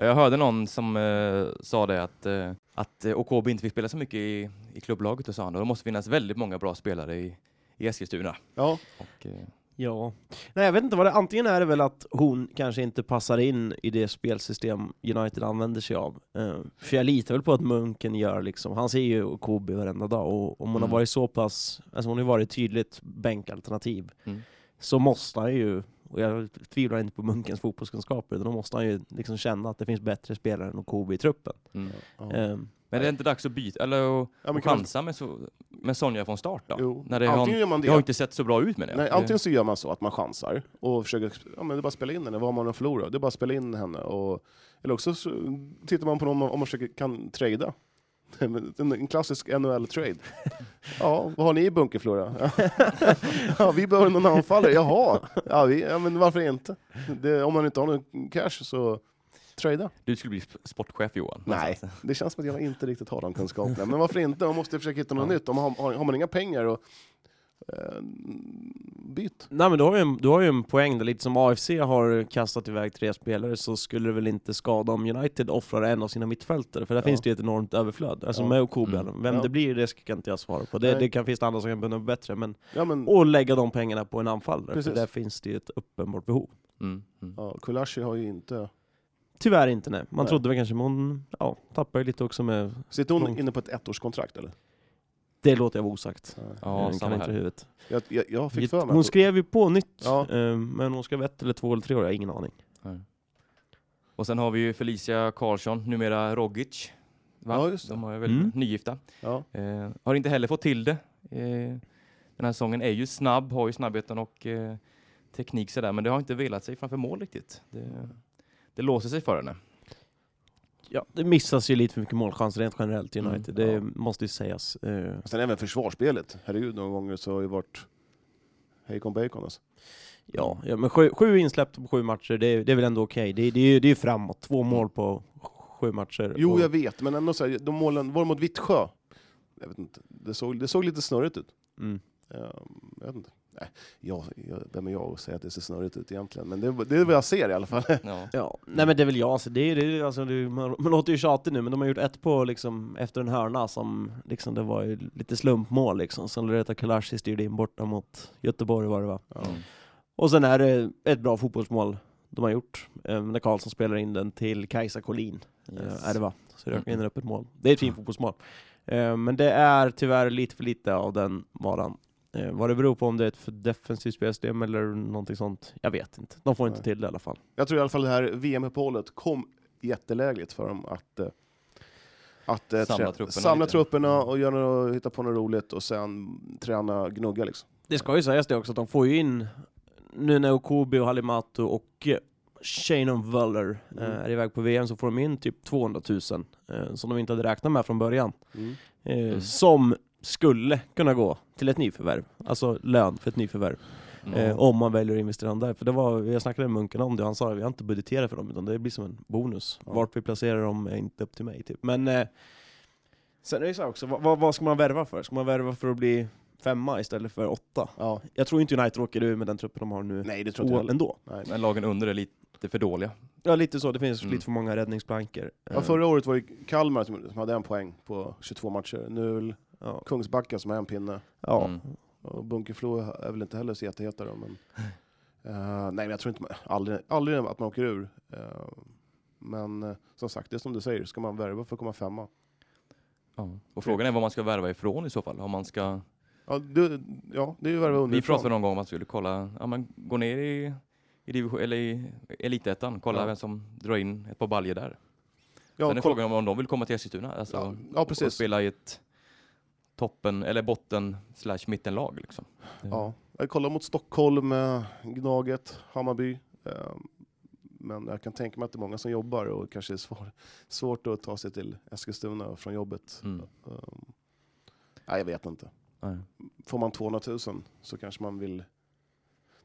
S1: Jag hörde någon som eh, sa det att, eh, att eh, Okobi inte fick spela så mycket i, i klubblaget och så han. Och det måste finnas väldigt många bra spelare i, i Eskilstuna.
S2: Ja,
S1: Och, eh,
S3: Ja. Nej, jag vet inte vad det Antingen är det väl att hon kanske inte passar in i det spelsystem United använder sig av. Eh, för jag litar väl på att Munken gör liksom. Han ser ju Kobe varenda dag och om hon
S1: Mm.
S3: har varit så pass, alltså hon har ju varit tydligt bänkalternativ.
S1: Mm.
S3: Så måste han ju, och jag tvivlar inte på Munkens fotbollskunskaper, utan då måste han ju liksom känna att det finns bättre spelare än Kobe i truppen.
S1: mm.
S2: ja.
S3: Eh,
S1: Men det är inte dags att byta, eller att
S2: Ja, men
S1: och
S2: kan man-
S1: chansa med, so med Sonja från start då?
S2: Jo.
S1: När det, har,
S2: antingen gör man
S1: det har
S2: det.
S1: inte sett så bra ut med det.
S2: Nej, antingen så gör man så att man chansar och försöker, ja men det är bara att spela in henne, vad har man att förlora? Det är bara att spela in henne. Och, eller också så tittar man på någon man- om man försöker, kan trada. En en klassisk NHL-trade. Ja, vad har ni i bunkerflora? Ja, vi behöver någon anfallare. Jaha, ja, vi, ja, men varför inte? Det, om man inte har någon cash så trada.
S1: Du skulle bli sp- sportchef Johan.
S2: Nej.
S1: Alltså,
S2: Det känns som att jag inte riktigt har de kunskaperna, men varför inte? Man måste försöka hitta något nytt. Om man har, har man inga pengar, och, eh, byt.
S3: Nej men du har, vi en, du har ju en poäng där, lite som AFC har kastat iväg tre spelare så skulle det väl inte skada om United offrar en av sina mittfältare, för där
S2: Ja.
S3: finns det ju ett enormt överflöd. Alltså
S2: Ja.
S3: med Okobi,
S1: Mm.
S3: vem
S2: Ja.
S3: det blir det ska inte jag svara på. Det,
S2: Nej.
S3: det kan, finns det andra som kan bedöma bättre, men
S2: Ja, men,
S3: och lägga de pengarna på en anfallare,
S2: Precis.
S3: för där finns det ju ett uppenbart behov.
S1: Mm. Mm.
S2: Ja, Kulashi har ju inte...
S3: Tyvärr inte nej. Man
S2: Nej.
S3: trodde väl kanske, men hon ja, tappar ju lite också med...
S2: Sitter hon
S3: Långt.
S2: inne på ett ettårskontrakt eller?
S3: Det låter jag vara osagt.
S1: Ja,
S3: jag kan
S1: samma
S3: inte i
S1: här.
S3: huvudet.
S2: Jag, jag, jag fick för mig
S3: Hon
S2: att...
S3: skrev ju på nytt,
S2: Ja.
S3: eh, men hon ska vara ett eller två eller tre år, jag har ingen aning.
S1: Och sen har vi ju Felicia Karlsson, numera Rogic. Va?
S2: Ja, just det.
S1: De har ju väl
S3: Mm.
S1: nygifta.
S2: Ja,
S1: Eh, har inte heller fått till det. Eh, Den här säsongen är ju snabb, har ju snabbheten och eh, teknik sådär, men det har inte velat sig framför mål riktigt. Det, det låser sig för henne.
S3: Ja, det missas ju lite för mycket målchanser rent generellt i United,
S2: Mm,
S3: det
S2: ja.
S3: måste ju sägas. Eh,
S2: Och sen även försvarsspelet. Herregud, några gånger så har det varit hejkon bacon alltså.
S3: Ja, ja men sju, sju insläppta på sju matcher, det, är- det är väl ändå okej. Det, det, är ju- det är ju framåt, två mål på sju matcher.
S2: Mm. Jo,
S3: och,
S2: jag vet, men ändå så här, de målen, var det mot Vittsjö? Jag vet inte. Det såg, det såg lite snurrigt ut.
S3: mm.
S2: Ehm, Jag vet inte. Nej, jag, jag, vem är jag att säga att det ser snurrigt ut egentligen? Men det, det är vad jag ser i alla fall.
S1: Ja.
S3: Ja, nej men det är väl jag, så det är, det är, alltså, det är, man, man låter ju tjatig nu, men de har gjort ett på liksom, efter en hörna som, liksom, det var ju lite slumpmål liksom, som Loreta Kalashi styrde in borta mot Göteborg var det va?
S1: Mm.
S3: Och sen är det ett bra fotbollsmål de har gjort, eh, när Karlsson spelar in den till Kajsa Collin,
S1: Yes.
S3: eh, är det va? Så det in
S1: Mm.
S3: öppet mål. Det är ett fint fotbollsmål. Eh, men det är tyvärr lite för lite av den varan. Eh, vad det beror på om det är ett för defensivt spelsystem eller någonting sånt, jag vet inte. De får inte
S2: Nej.
S3: till det i alla fall.
S2: Jag tror i alla fall det här VM-uppehållet kom jättelägligt för dem att, eh, att eh,
S1: Samla
S2: trä-
S1: trupperna
S2: samla
S1: lite. Mm.
S2: trupperna och göra något, hitta på något roligt och sen träna gnugga liksom.
S3: Det ska ju sägas det också att de får ju in Nuna Okobi och Halimatu och eh, Shannon Völler
S2: Mm.
S3: eh, är iväg på VM så får de in typ 200 000 eh, som de inte hade räknat med från början. Eh,
S1: Mm.
S3: Som skulle kunna gå till ett nyförvärv, alltså lön för ett nyförvärv.
S1: Mm.
S3: Eh, om man väljer att investera dem där. För det var, jag snackade med Munken om det och han sa att vi har inte budgeterat för dem utan det blir som en bonus.
S2: Ja.
S3: Vart vi placerar dem är inte upp till mig typ. Men eh, sen är det så här också, vad, vad, vad ska man värva för? Ska man värva för att bli femma istället för åtta?
S2: Ja.
S3: Jag tror inte United åker ur med den truppen de har nu.
S2: Nej, det tror inte jag
S3: Nej,
S2: heller.
S3: ändå.
S2: Nej.
S1: Men lagen under är lite för dåliga.
S3: Ja lite så, det finns
S1: Mm.
S3: lite för många räddningsplankor. Eh,
S2: Ja, förra året var det Kalmar som som hade en poäng på 22 matcher. Nu är väl
S3: ja.
S2: Kungsbacka som har en pinne.
S3: ja.
S1: Mm.
S2: Och Bunkerflo är väl inte heller så jätteheta då, men... Eh, nej, men jag tror inte man, aldrig, aldrig att man åker ur. Eh, men eh, som sagt, det är som du säger, ska man värva för att komma femma?
S1: Ja. Och frågan är vad man ska värva ifrån i så fall. Om man ska...
S2: Ja, du, ja det är ju värva
S1: Vi
S2: underifrån.
S1: pratade någon gång om att man skulle kolla, ja, man går ner i, i, division, eller i elitettan, kolla
S2: Ja.
S1: vem som drar in ett par baljer där.
S2: ja,
S1: Sen är
S2: kolla-
S1: frågan om- om de vill komma till Eskilstuna alltså,
S2: Ja, ja,
S1: och
S2: precis.
S1: spela i ett toppen eller botten slash mittenlag. Liksom.
S2: Ja. Jag kollar mot Stockholm, eh, Gnaget, Hammarby. Eh, Men jag kan tänka mig att det är många som jobbar och kanske är svår, svårt att ta sig till Eskilstuna från jobbet.
S1: Mm.
S2: Eh, Nej, jag vet inte.
S1: Nej.
S2: Får man 200 000 så kanske man vill...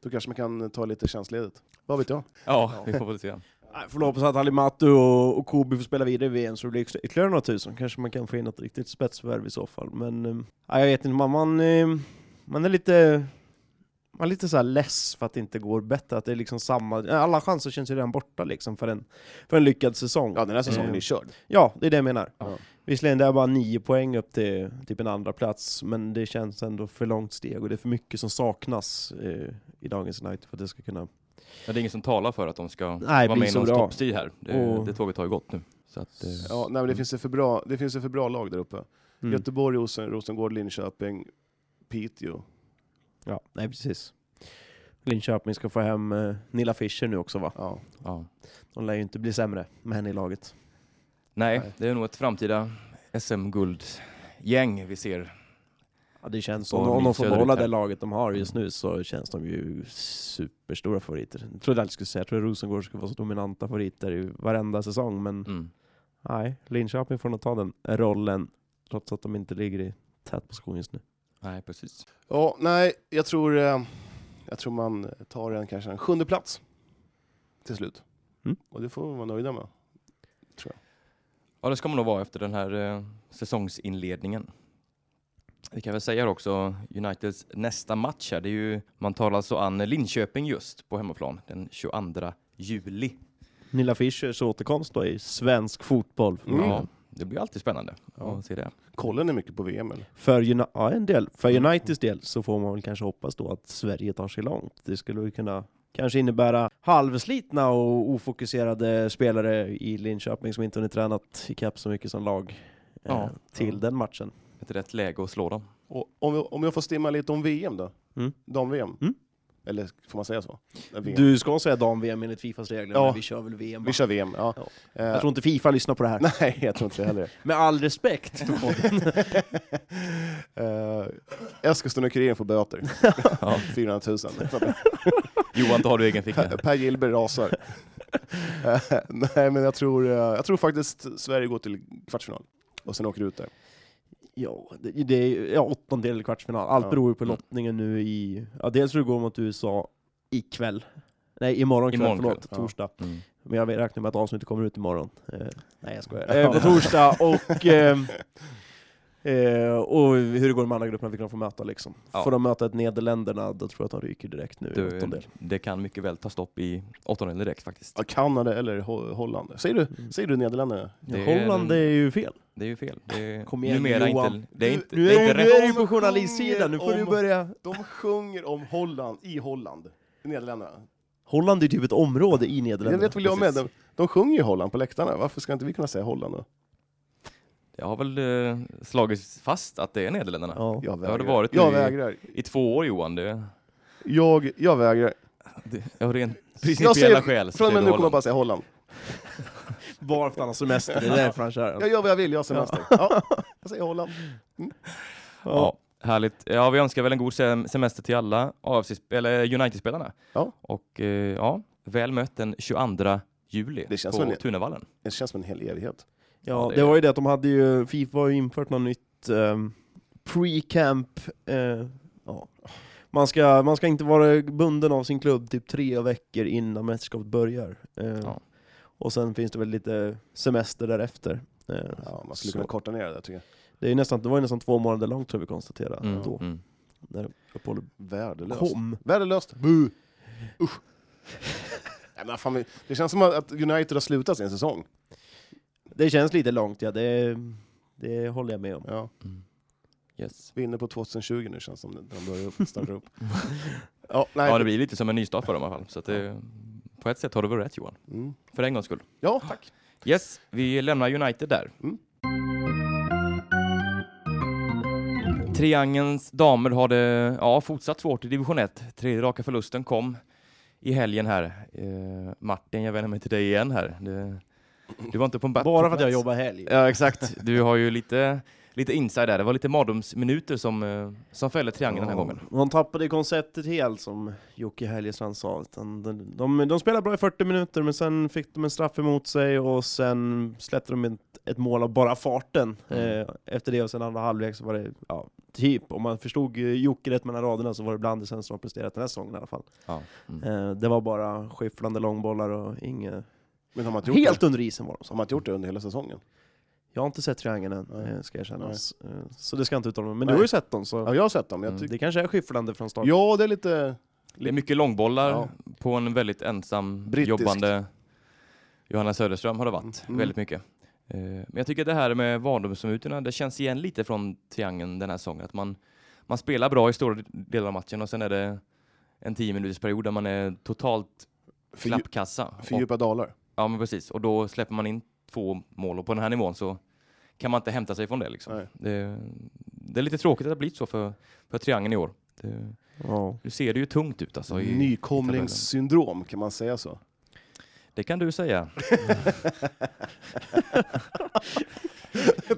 S2: Då kanske man kan ta lite tjänstledigt. Vad vet jag?
S1: Ja, vi får väl se.
S3: Nej, Får hoppas att Halimatu och, och Kobi får spela vidare i VM så det blir ytterligare- ytterligare några tusen. Kanske man kan få in något riktigt spetsvärv i så fall. Men eh, ja, jag vet inte, man, man, eh, man är lite... Man är lite så här less för att det inte går bättre, att det är liksom samma... Alla chanser känns ju redan borta liksom för en, för en lyckad säsong.
S2: Ja, den här säsongen
S3: Mm.
S2: är körd.
S3: Ja, det är det jag menar.
S2: Ja.
S3: Visserligen, det är bara nio poäng upp till typ en andra plats men det känns ändå för långt steg och det är för mycket som saknas eh, i dagens United för att det ska kunna...
S1: Men det är ingen som talar för att de ska
S3: Nej,
S1: vara
S3: bli
S1: med i
S3: så
S1: någon
S3: bra.
S1: toppstrid här. Det,
S3: Och-
S1: det tåget har ju gått nu. Så att, eh,
S2: Ja, nej, men det, finns ju för bra, det finns ju för bra lag där uppe.
S3: Mm.
S2: Göteborg, Rosen, Rosengård, Linköping, Piteå.
S3: Ja, nej precis. Linköping ska få hem eh, Nilla Fischer nu också va?
S2: Ja.
S1: ja.
S3: De lär ju inte bli sämre med henne i laget.
S1: Nej,
S2: Nej.
S1: det är nog ett framtida SM-guldgäng vi ser.
S3: Ja, det känns
S1: Och
S3: om, om de
S1: Nils
S3: får
S1: Söderut
S3: behålla
S1: här.
S3: det laget de har just nu så känns de ju superstora favoriter. Jag trodde aldrig jag skulle säga, jag trodde Rosengård skulle vara så dominanta favoriter i varenda säsong men
S1: Mm.
S3: nej, Linköping får nog ta den rollen trots att de inte ligger i tät position just nu.
S1: Nej, precis.
S2: ja, nej, jag tror, eh, jag tror man tar en, kanske en sjunde plats till slut.
S3: Mm.
S2: Och det får vi vara nöjda med.
S1: Ja, det ska man nog vara efter den här eh, säsongsinledningen. Vi kan väl säga också Uniteds nästa match här, det är ju, man tar alltså an Linköping just på hemmaplan den 22 juli.
S3: Mm. Nilla Fischers återkomst då i svensk fotboll.
S2: Mm.
S1: Ja, det blir alltid spännande
S2: Ja.
S1: att se det.
S2: Kollar ni mycket på VM eller?
S3: För, Uni- ja, en del. för Uniteds del så får man väl kanske hoppas då att Sverige tar sig långt. Det skulle ju kunna kanske innebära halvslitna och ofokuserade spelare i Linköping som inte hunnit tränat ikapp så mycket som lag eh,
S1: Ja.
S3: till den matchen.
S1: Ett rätt läge att slå dem.
S2: Och om, jag, om jag får stimma lite om VM då?
S3: Mm.
S2: Dam-VM?
S3: Mm.
S2: Eller får man säga så? VM.
S3: Du ska säga dam-VM enligt Fifas regler,
S2: Ja.
S3: men vi kör väl VM
S2: Vi
S3: bara.
S2: kör VM, ja.
S3: Ja.
S2: Eh,
S3: Jag tror inte Fifa lyssnar på det här.
S2: Nej, jag tror inte heller
S3: Med all respekt.
S2: uh, Eskilstuna-Kuriren får böter.
S1: Ja.
S2: 400 000.
S1: Johan, tar du egen ficka? Mm.
S2: Per Gillberg rasar. Eh, nej, men jag tror, eh, jag tror faktiskt Sverige går till kvartsfinal. Och sen åker ut där.
S3: ja, det, det är ju- ja, åttondel eller kvartsfinal. Allt
S2: Ja.
S3: beror ju på lottningen nu i... Ja, dels hur det går mot USA ikväll. Nej, imorgon kväll,
S1: Imorgon
S3: förlåt.
S2: kväll, ja.
S3: Torsdag.
S1: Mm.
S3: Men jag räknar med att avsnittet kommer ut imorgon. Eh, nej, jag skojar. Eh, på torsdag och... ehm, Eh, och hur det går med andra grupperna, vilka de får möta liksom.
S1: Ja.
S3: Får de möta ett Nederländerna, då tror jag att de ryker direkt nu i
S1: Du,
S3: åttondel.
S1: det kan mycket väl ta stopp i åttondel direkt faktiskt.
S2: Ja, Kanada eller Ho- Holland. Säger du,
S3: Mm.
S2: säger du Nederländerna?
S1: Det är-
S3: Holland är ju fel.
S1: Det är ju fel. Det är,
S3: Kom igen,
S1: numera
S3: Johan.
S1: inte, det är inte,
S3: nu,
S1: det är
S3: är,
S1: inte
S3: nu är du
S1: rätt.
S3: på journalistsidan, nu får du
S2: Om-
S3: börja...
S2: De sjunger om Holland i Holland. I Nederländerna.
S3: Holland är typ ett område i
S2: Jag
S3: Nederländerna.
S2: vet väl jag med. De, de sjunger ju Holland på läktarna. Varför ska inte vi kunna säga Holland då?
S1: Det har väl eh, slagits fast att det är Nederländerna.
S3: Ja.
S2: Jag
S1: Det har
S2: vägrar.
S1: det varit
S2: jag
S1: nu i-
S2: vägrar.
S1: I två år Johan, det,
S2: Jag, jag vägrar.
S1: det av rent
S2: Jag
S1: principiella
S2: säger,
S1: skäl. så
S2: från och med
S1: säger du
S2: nu kommer jag
S1: Holland.
S2: bara säga Holland.
S3: Varför han har semester, det är därför han kör.
S2: Jag gör vad jag vill, jag har semester. Ja. Jag säger Holland.
S1: Ja, härligt. Ja, vi önskar väl en god sem- semester till alla AFC, eller United-spelarna.
S2: Ja.
S1: Och eh, ja, väl mött den 22 juli
S2: Det känns
S1: på
S2: väl-
S1: Tunavallen.
S2: Det känns som en hel evighet.
S3: Ja,
S1: det
S3: det
S1: är-
S3: var ju det att de hade ju, Fifa har ju infört något nytt ehm, pre-camp. eh, ja. man, ska, man ska inte vara bunden av sin klubb typ tre veckor innan mästerskapet börjar. Eh,
S1: Ja.
S3: Och sen finns det väl lite semester därefter. Eh,
S2: Ja, man skulle
S3: Så.
S2: kunna korta ner det där tycker jag.
S3: det, är ju nästan, det var ju nästan två månader långt tror jag vi konstaterade
S1: Mm,
S3: då,
S1: mm.
S3: när uppehållet
S2: Värdelöst.
S3: kom.
S2: Värdelöst. Bu. Usch. Nej, men fan, det känns som att United har slutat sin säsong.
S3: Det känns lite långt, ja. Det, det håller jag med om.
S2: Ja.
S1: Yes.
S2: Vi är inne på 2020 nu känns det som, när de börjar upp, startar upp. Ja, nej.
S1: Ja, det blir lite som en nystart för dem i alla fall. Så att det, på ett sätt har du väl rätt Johan,
S2: Mm.
S1: för en gångs skull.
S2: Ja, tack.
S1: Yes, vi lämnar United där.
S2: Mm.
S1: Triangelns damer har det ja, fortsatt svårt i division 1. Tredje raka förlusten kom i helgen här. Eh, Martin, jag vänder mig till dig igen här. Du, du var inte på en bat-
S3: Bara för att jag
S1: plats.
S3: jobbar helg.
S1: Ja, exakt. Du har ju lite, lite inside där. Det var lite mardrömsminuter som, eh, som fällde triangeln den här gången.
S3: De tappade konceptet helt, som Jocke Helgestrand sa. Utan de, de, de spelade bra i 40 minuter, men sen fick de en straff emot sig och sen släppte de ett, ett mål av bara farten.
S1: Mm.
S3: Eh, efter det och sen andra halvlek så var det, ja, typ, om man förstod eh, Jocke rätt mellan raderna så var det bland det sämsta som har presterat den här säsongen i alla fall.
S1: Ja. Mm.
S3: Eh, det var bara skifflande långbollar och inget...
S2: Men har man inte gjort,
S3: Helt
S2: det?
S3: under isen var de.
S2: Har man inte gjort det under hela säsongen?
S3: Jag har inte sett triangeln än,
S2: Nej.
S3: eh, ska jag erkänna. Eh, Så det ska jag inte uttala mig om. Men
S2: Nej.
S3: du har ju sett dem, så
S2: Ja, jag har sett dem. Jag
S1: Mm.
S2: tycker...
S3: det kanske är skifflande från start.
S2: Ja, det är lite...
S1: Det är mycket långbollar
S2: Ja.
S1: på en väldigt ensam
S2: Brittiskt.
S1: jobbande Johanna Söderström har det varit
S2: Mm.
S1: väldigt mycket. Eh, Men jag tycker det här med vardagsminuterna, det känns igen lite från triangeln den här säsongen. Att man, man spelar bra i stora delar av matchen och sen är det en 10 minuters period där man är totalt
S2: Fördju...
S1: klappkassa. Och,
S2: Fördjupa dalar.
S1: ja men precis, och då släpper man in två mål och på den här nivån så kan man inte hämta sig från det. Liksom.
S2: Nej.
S1: Det, det är lite tråkigt att det har blivit så för, för triangeln i år. Det,
S3: Ja.
S1: nu ser det ju tungt ut alltså. i-
S2: Nykomlingssyndrom, kan man säga så?
S1: Det kan du säga.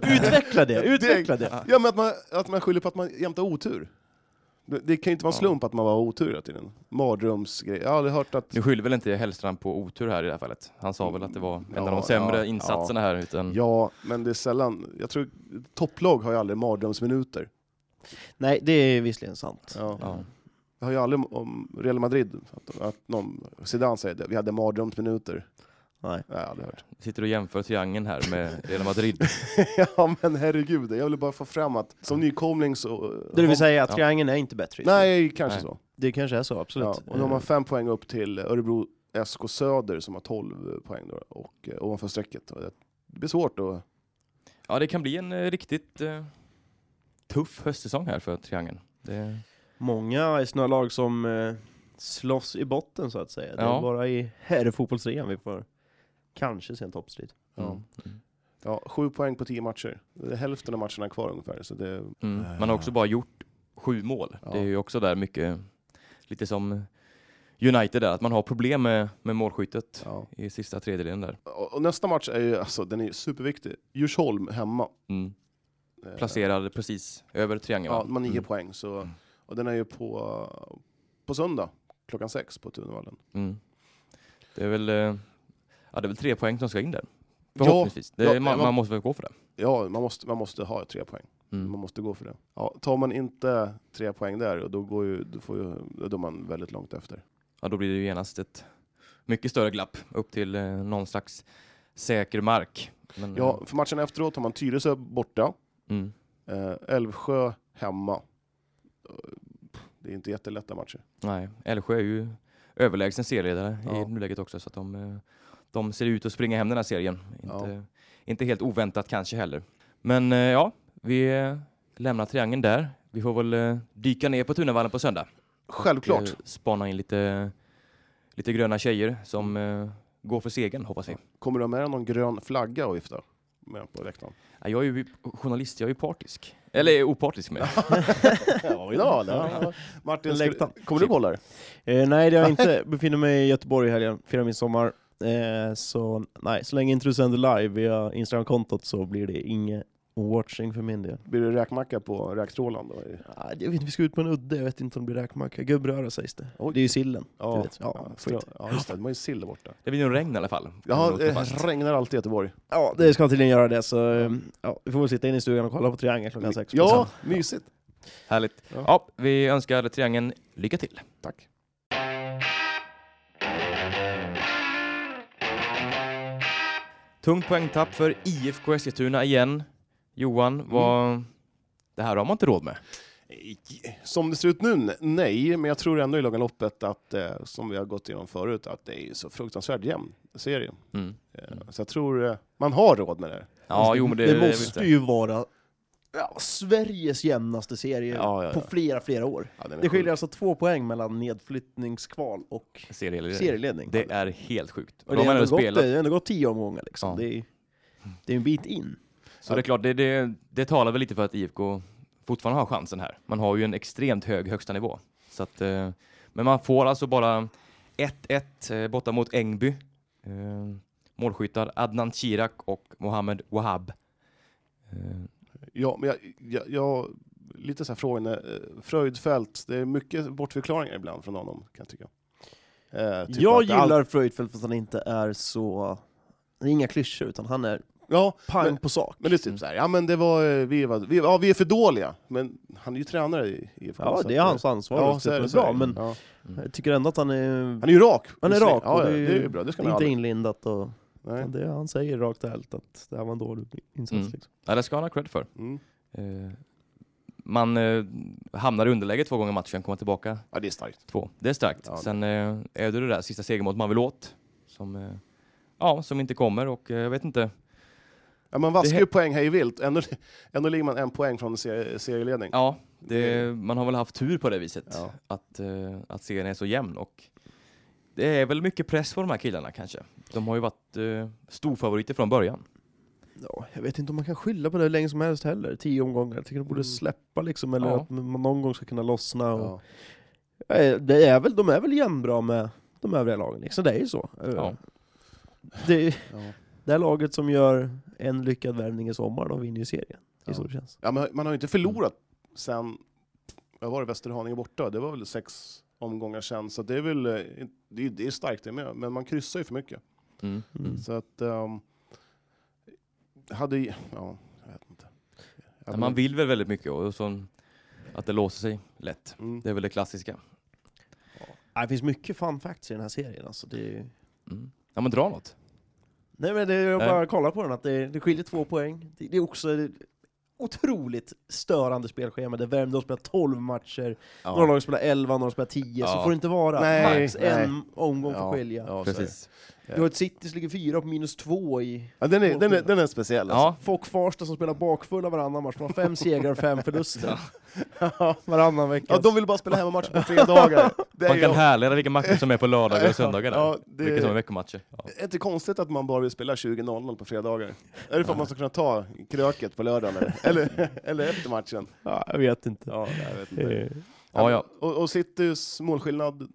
S3: Utveckla det, utveckla det!
S2: Ja, men att man, att man skyller på att man jämt har otur. Det, det kan ju inte vara en
S1: Ja.
S2: slump att man var otur hela tiden. Mardrömsgrej. Jag har aldrig hört att...
S1: Nu skyller väl inte Hellstrand på otur här i det här fallet. Han sa väl att det var en av
S2: Ja,
S1: de sämre
S2: ja,
S1: insatserna här.
S3: Mm.
S1: Utan,
S2: Ja, men det är sällan... Jag tror topplag har ju aldrig mardrömsminuter.
S3: Nej, det är visserligen sant.
S2: Ja.
S1: ja.
S2: Jag har ju aldrig om Real Madrid, att, att någon, Zidane säger det, vi hade mardrömsminuter.
S3: Nej.
S2: Nej, jag har aldrig hört.
S1: Sitter och jämför triangeln här med Real Madrid.
S2: ja, men herregud, jag vill bara få fram att som nykomling så...
S3: Det vill säga att
S1: Ja.
S3: triangeln är inte bättre.
S2: Nej, kanske
S1: Nej.
S2: så.
S3: Det kanske är så,
S2: Ja,
S3: absolut.
S2: och de har fem poäng upp till Örebro SK Söder som har 12 poäng då, och eh, ovanför strecket. Och Det blir svårt att...
S1: Ja, det kan bli en eh, riktigt eh, tuff höstsäsong här för triangeln. Det,
S3: Eh, Många är såna lag som eh, slåss i botten så att säga. Det är
S1: Ja.
S3: bara i herrfotbolls-EM vi får kanske se en toppstrid.
S1: mm.
S2: Ja, sju poäng på tio matcher. Det är hälften av matcherna kvar ungefär. Så det,
S1: Mm. Man har också bara gjort sju mål.
S2: Ja.
S1: Det är ju också där mycket lite som United där, att man har problem med, med målskyttet
S2: Ja.
S1: i sista tredjedelen där.
S2: Och, och nästa match är ju, alltså, den är ju superviktig. Djursholm hemma.
S1: Mm.
S2: Eh,
S1: Placerad precis över triangeln.
S2: Ja,
S1: va?
S2: de har nio
S1: Mm.
S2: poäng. Så,
S1: Mm.
S2: och den är ju på, på söndag klockan sex på Tunavallen.
S1: Mm. Det är väl, eh, ja, det är väl tre poäng som ska in där.
S2: Ja,
S1: Förhoppningsvis. det,
S2: ja,
S1: man,
S2: man-
S1: man måste väl gå för det.
S2: Ja, man måste, man måste ha tre poäng. Man
S1: Mm.
S2: måste gå för det. Ja, tar man inte tre poäng där, och då, går ju, då, får ju, då är man väldigt långt efter.
S1: Ja, då blir det ju genast ett mycket större glapp upp till eh, någon slags säker mark. Men,
S2: Ja, för matchen efteråt har man Tyresö borta,
S1: eh, mm.
S2: eh, Älvsjö hemma. Eh, pff, Det är inte jättelätta matcher.
S1: Nej, Älvsjö är ju överlägsen serieledare
S2: Ja.
S1: i nuläget också så att de, eh, de ser ut att springa hem den här serien. Inte, inte helt oväntat kanske heller. Men eh, ja, vi eh, lämnar triangeln där. Vi får väl eh, dyka ner på Tunavallen på söndag.
S2: Självklart.
S1: Eh, Spana in lite, lite gröna tjejer som eh, går för segern hoppas vi.
S2: Kommer du ha med dig någon grön flagga att vifta med på läktaren?
S1: Ja, Jag är ju journalist, jag är ju partisk. Eller opartisk med.
S2: Ja, ja, ja. Martin, ska,
S3: Läktaren.
S2: kommer du kolla det?
S3: Eh, nej, det har jag inte. Befinner mig i Göteborg i helgen, firar min sommar. Eh, så nej, så länge inte du sänder live via Instagram-kontot så blir det inget watching för min del.
S2: Blir det räkmacka på räktrålan då?
S3: Ah, jag vet inte, vi ska ut på en udde, jag vet inte om det blir räkmacka. Gubbröra sägs det.
S2: Oj.
S3: Det är ju sillen.
S2: Ja,
S3: du vet. Ja,
S2: Ja,
S3: skit.
S2: ja just det. De har ju sill där borta.
S1: Det blir nog regn i alla fall.
S2: Ja, eh,
S1: Låter
S2: det
S1: fast.
S2: regnar alltid i Göteborg.
S3: ja, det ska tydligen göra det, så eh, ja, vi får väl sitta inne i stugan och kolla på Triangeln klockan sex. Liksom. på
S2: Ja,
S3: söndag.
S2: mysigt.
S1: Härligt.
S2: Ja.
S1: Ja, vi önskar triangeln lycka till.
S2: Tack.
S1: Tungt poängtapp för IFK Eskilstuna igen. Johan, vad... Det här har man inte råd med.
S2: Som det ser ut nu, nej, men jag tror ändå i långa loppet att, eh, som vi har gått igenom förut, att det är så fruktansvärt jämn serie.
S1: Mm.
S2: Eh, Så jag tror eh, man har råd med det.
S1: Ja, jo, men det,
S3: det,
S1: vet
S3: måste
S1: jag.
S3: ju vara ja, Sveriges jämnaste serie
S2: Ja, ja, ja.
S3: på flera, flera år.
S2: Ja, den är
S3: Det skiljer
S2: sjuk.
S3: alltså två poäng mellan nedflyttningskval och
S1: Serieledare.
S3: serieledning.
S1: Det är helt sjukt. De
S3: och det,
S1: har
S3: har
S1: ändå
S3: ändå gått,
S1: spelat,
S3: det har ändå gått tio omgångar liksom.
S1: Ja.
S3: Det, är, det är en bit in.
S1: så det är klart, det, det, det talar väl lite för att IFK fortfarande har chansen här. Man har ju en extremt hög högsta nivå. Så att, eh, men man får alltså bara 1-1 eh, borta mot Ängby. Eh, målskyttar Adnan Kirak och Mohammed Wahab. Eh,
S2: Ja, men jag, jag, jag lite så här frågan, eh, Fröjdfält, det är mycket bortförklaringar ibland från honom, kan jag tycka. Eh, typ
S3: jag
S2: att allt-
S3: gillar Fröjdfeldt för att han inte är så... Det är inga klyschor, utan han är
S2: Ja,
S3: pang
S2: men-
S3: på sak.
S2: Men det är typ så här, ja men det var, eh, vi, var, vi, ja, vi är för dåliga. Men han är ju tränare i IFK.
S3: ja,
S2: så
S3: det är
S2: att- eh,
S3: hans ansvar.
S2: Ja,
S3: och
S2: så är det,
S3: det
S2: så är
S3: bra,
S2: det.
S3: men
S2: ja.
S3: jag tycker ändå att han är...
S2: Han är ju rak.
S3: Han är
S2: visserligen.
S3: rak, och
S2: Ja, ja,
S3: det är ju
S2: det är ju bra, det ska man
S3: inte
S2: aldrig...
S3: Mm. inlindat och...
S2: Nej.
S3: Det, han säger rakt ärligt att det här var en dålig insats.
S1: Mm.
S3: Liksom.
S1: ja, det ska han ha cred för.
S2: Mm.
S1: Eh, man eh, hamnar i underläge två gånger i matchen, kommer tillbaka
S2: Ja, det är starkt.
S1: två. Det är starkt.
S2: Ja, det-
S1: Sen eh, är det det där sista segermålet man vill åt, som, eh, ja, som inte kommer och eh, jag vet inte.
S2: Ja, man vaskar
S1: Det-
S2: ju poäng hej vilt, ändå, ändå ligger man en poäng från serie, serieledning.
S1: Ja, det, man har väl haft tur på det viset,
S2: Ja.
S1: att, eh, att serien är så jämn och det är väl mycket press på de här killarna kanske. De har ju varit eh, storfavoriter från början.
S3: Ja, jag vet inte om man kan skylla på det hur länge som helst heller. Tio omgångar. Jag tycker de borde
S2: Mm.
S3: släppa liksom, eller
S1: Ja.
S3: att man någon gång ska kunna lossna. Och...
S2: Ja.
S3: Eh, Det är väl, de är väl jämnbra med de övriga lagen, liksom. det är ju så. Eh,
S1: Ja.
S3: Det,
S2: Ja.
S3: det här laget som gör en lyckad värvning i sommar, de vinner ju serien. Det är så
S2: Ja.
S3: det känns.
S2: Ja, men man har ju inte förlorat sen, vad var det, Västerhaninge borta? Det var väl sex omgångar sen, så det är väl, eh, det är, det är starkt det med, men man kryssar ju för mycket.
S1: Mm.
S3: Mm.
S2: Så att, ehm, hade, ju- ja, jag vet inte. Ja,
S1: Men Man vill väl väldigt mycket och så att det låser sig lätt.
S2: Mm.
S1: Det är väl det klassiska.
S3: Ja, Det finns mycket fun facts i den här serien. Alltså, det är...
S1: Mm. Ja men dra något.
S3: Nej men det, jag
S1: Nej.
S3: bara kollar på den, att det, det skiljer två poäng. Det, det är också ett otroligt störande spelschema där Värmdö spelar 12 matcher,
S1: Ja.
S3: några lag spelar 11, några spelar 10,
S1: Ja.
S3: så får det inte vara.
S2: Nej,
S3: Max en omgång får skilja.
S2: Ja, så är det.
S1: Precis.
S3: Du har ett City som ligger fyra på minus två i...
S2: Ja, den, är, den, är, den är speciell. Alltså.
S1: Ja,
S3: Folk Farsta som spelar bakfulla varannan match, de har fem segrar och fem förluster. varannan vecka.
S2: Ja, de vill bara spela hemmamatch på fredagar. Det är
S1: Man
S2: ju-
S1: kan härleda vilka matcher som är på lördagar och söndagar. där.
S2: Ja, det-
S1: Vilka som är veckomatcher. Ja.
S2: Det är inte konstigt att man bara vill spela 20.00 på fredagar. Är det för att man ska kunna ta kröket på lördagen eller, eller, eller efter matchen?
S3: ja, jag vet inte.
S2: Ja, jag vet inte.
S3: Eh,
S1: Ja, ja.
S2: Och, och Citys målskillnad,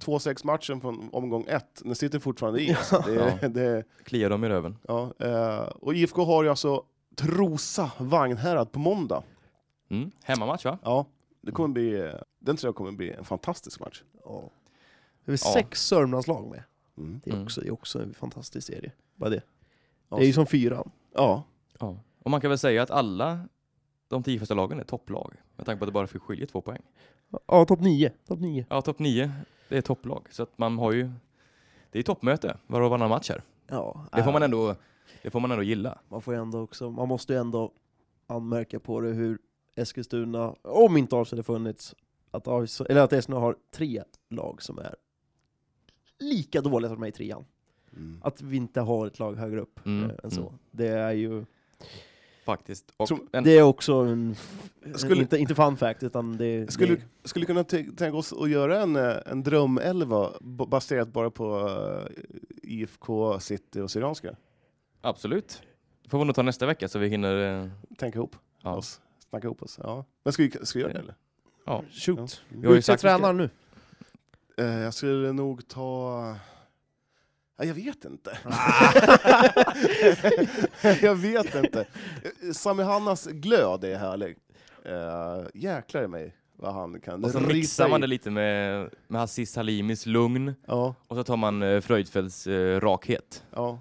S2: 2-6 matchen från omgång 1, den sitter fortfarande i. alltså. Det,
S1: Ja.
S2: det,
S1: Kliar dem i röven.
S2: ja, eh, och IFK har ju alltså Trosa Vagnhärad på måndag.
S1: Mm. Hemmamatch va?
S2: Ja, det kommer bli, eh, den tror jag kommer bli en fantastisk match.
S3: Ja. Det är väl sex Sörmlandslag med.
S2: Mm.
S3: Det är,
S1: Mm.
S3: också, det är också en fantastisk serie. Bara det.
S2: Ja,
S3: Det är ju
S2: så-
S3: som fyran.
S2: ja,
S1: Ja. Och man kan väl säga att alla de tio första lagen är topplag. Med tanke på att det bara fick skilja två poäng.
S3: Ja, topp nio. Topp nio.
S1: Ja, topp nio, det är topplag. Så att man har ju... Det är toppmöte var och varannan match här.
S3: Ja,
S1: Det får
S3: äh,
S1: man ändå, det får man ändå gilla.
S3: Man får ju ändå också, man måste ju ändå anmärka på det hur Eskilstuna, om inte AFC hade funnits, att, AFC, eller att Eskilstuna har tre lag som är lika dåliga som de är i trean.
S2: Mm.
S3: Att vi inte har ett lag högre upp
S1: Mm,
S3: eh, än så.
S1: mm.
S3: Det är ju,
S1: Faktiskt. Och
S2: Tror-
S1: en,
S3: det är också en,
S2: Skulle-
S3: inte, inte fun fact, utan det,
S2: Skulle,
S3: det
S2: skulle kunna tä- tänka oss att göra en, eh, en drömelva b- baserat bara på eh, IFK, City och Syrianska?
S1: Absolut. Det får vi nog ta nästa vecka så vi hinner... eh,
S2: Tänka ihop
S1: Ja.
S2: oss, snacka ihop oss. Ja. Men ska vi, ska vi göra det eller? Mm.
S1: Ja.
S3: shoot.
S1: Vi har ju
S3: Utse
S1: sagt vi ska-
S3: tränaren nu.
S2: Eh, Jag skulle nog ta... Ja, jag vet inte. jag vet inte. Eh, Sami Hannas glöd är härlig. Uh, jäklar i mig vad han kan
S1: Och så
S2: rita
S1: mixar man
S2: i.
S1: det lite med, med Aziz Halimis lugn
S2: Ja,
S1: och så tar man eh, Fröjdfeldts eh, rakhet.
S2: ja.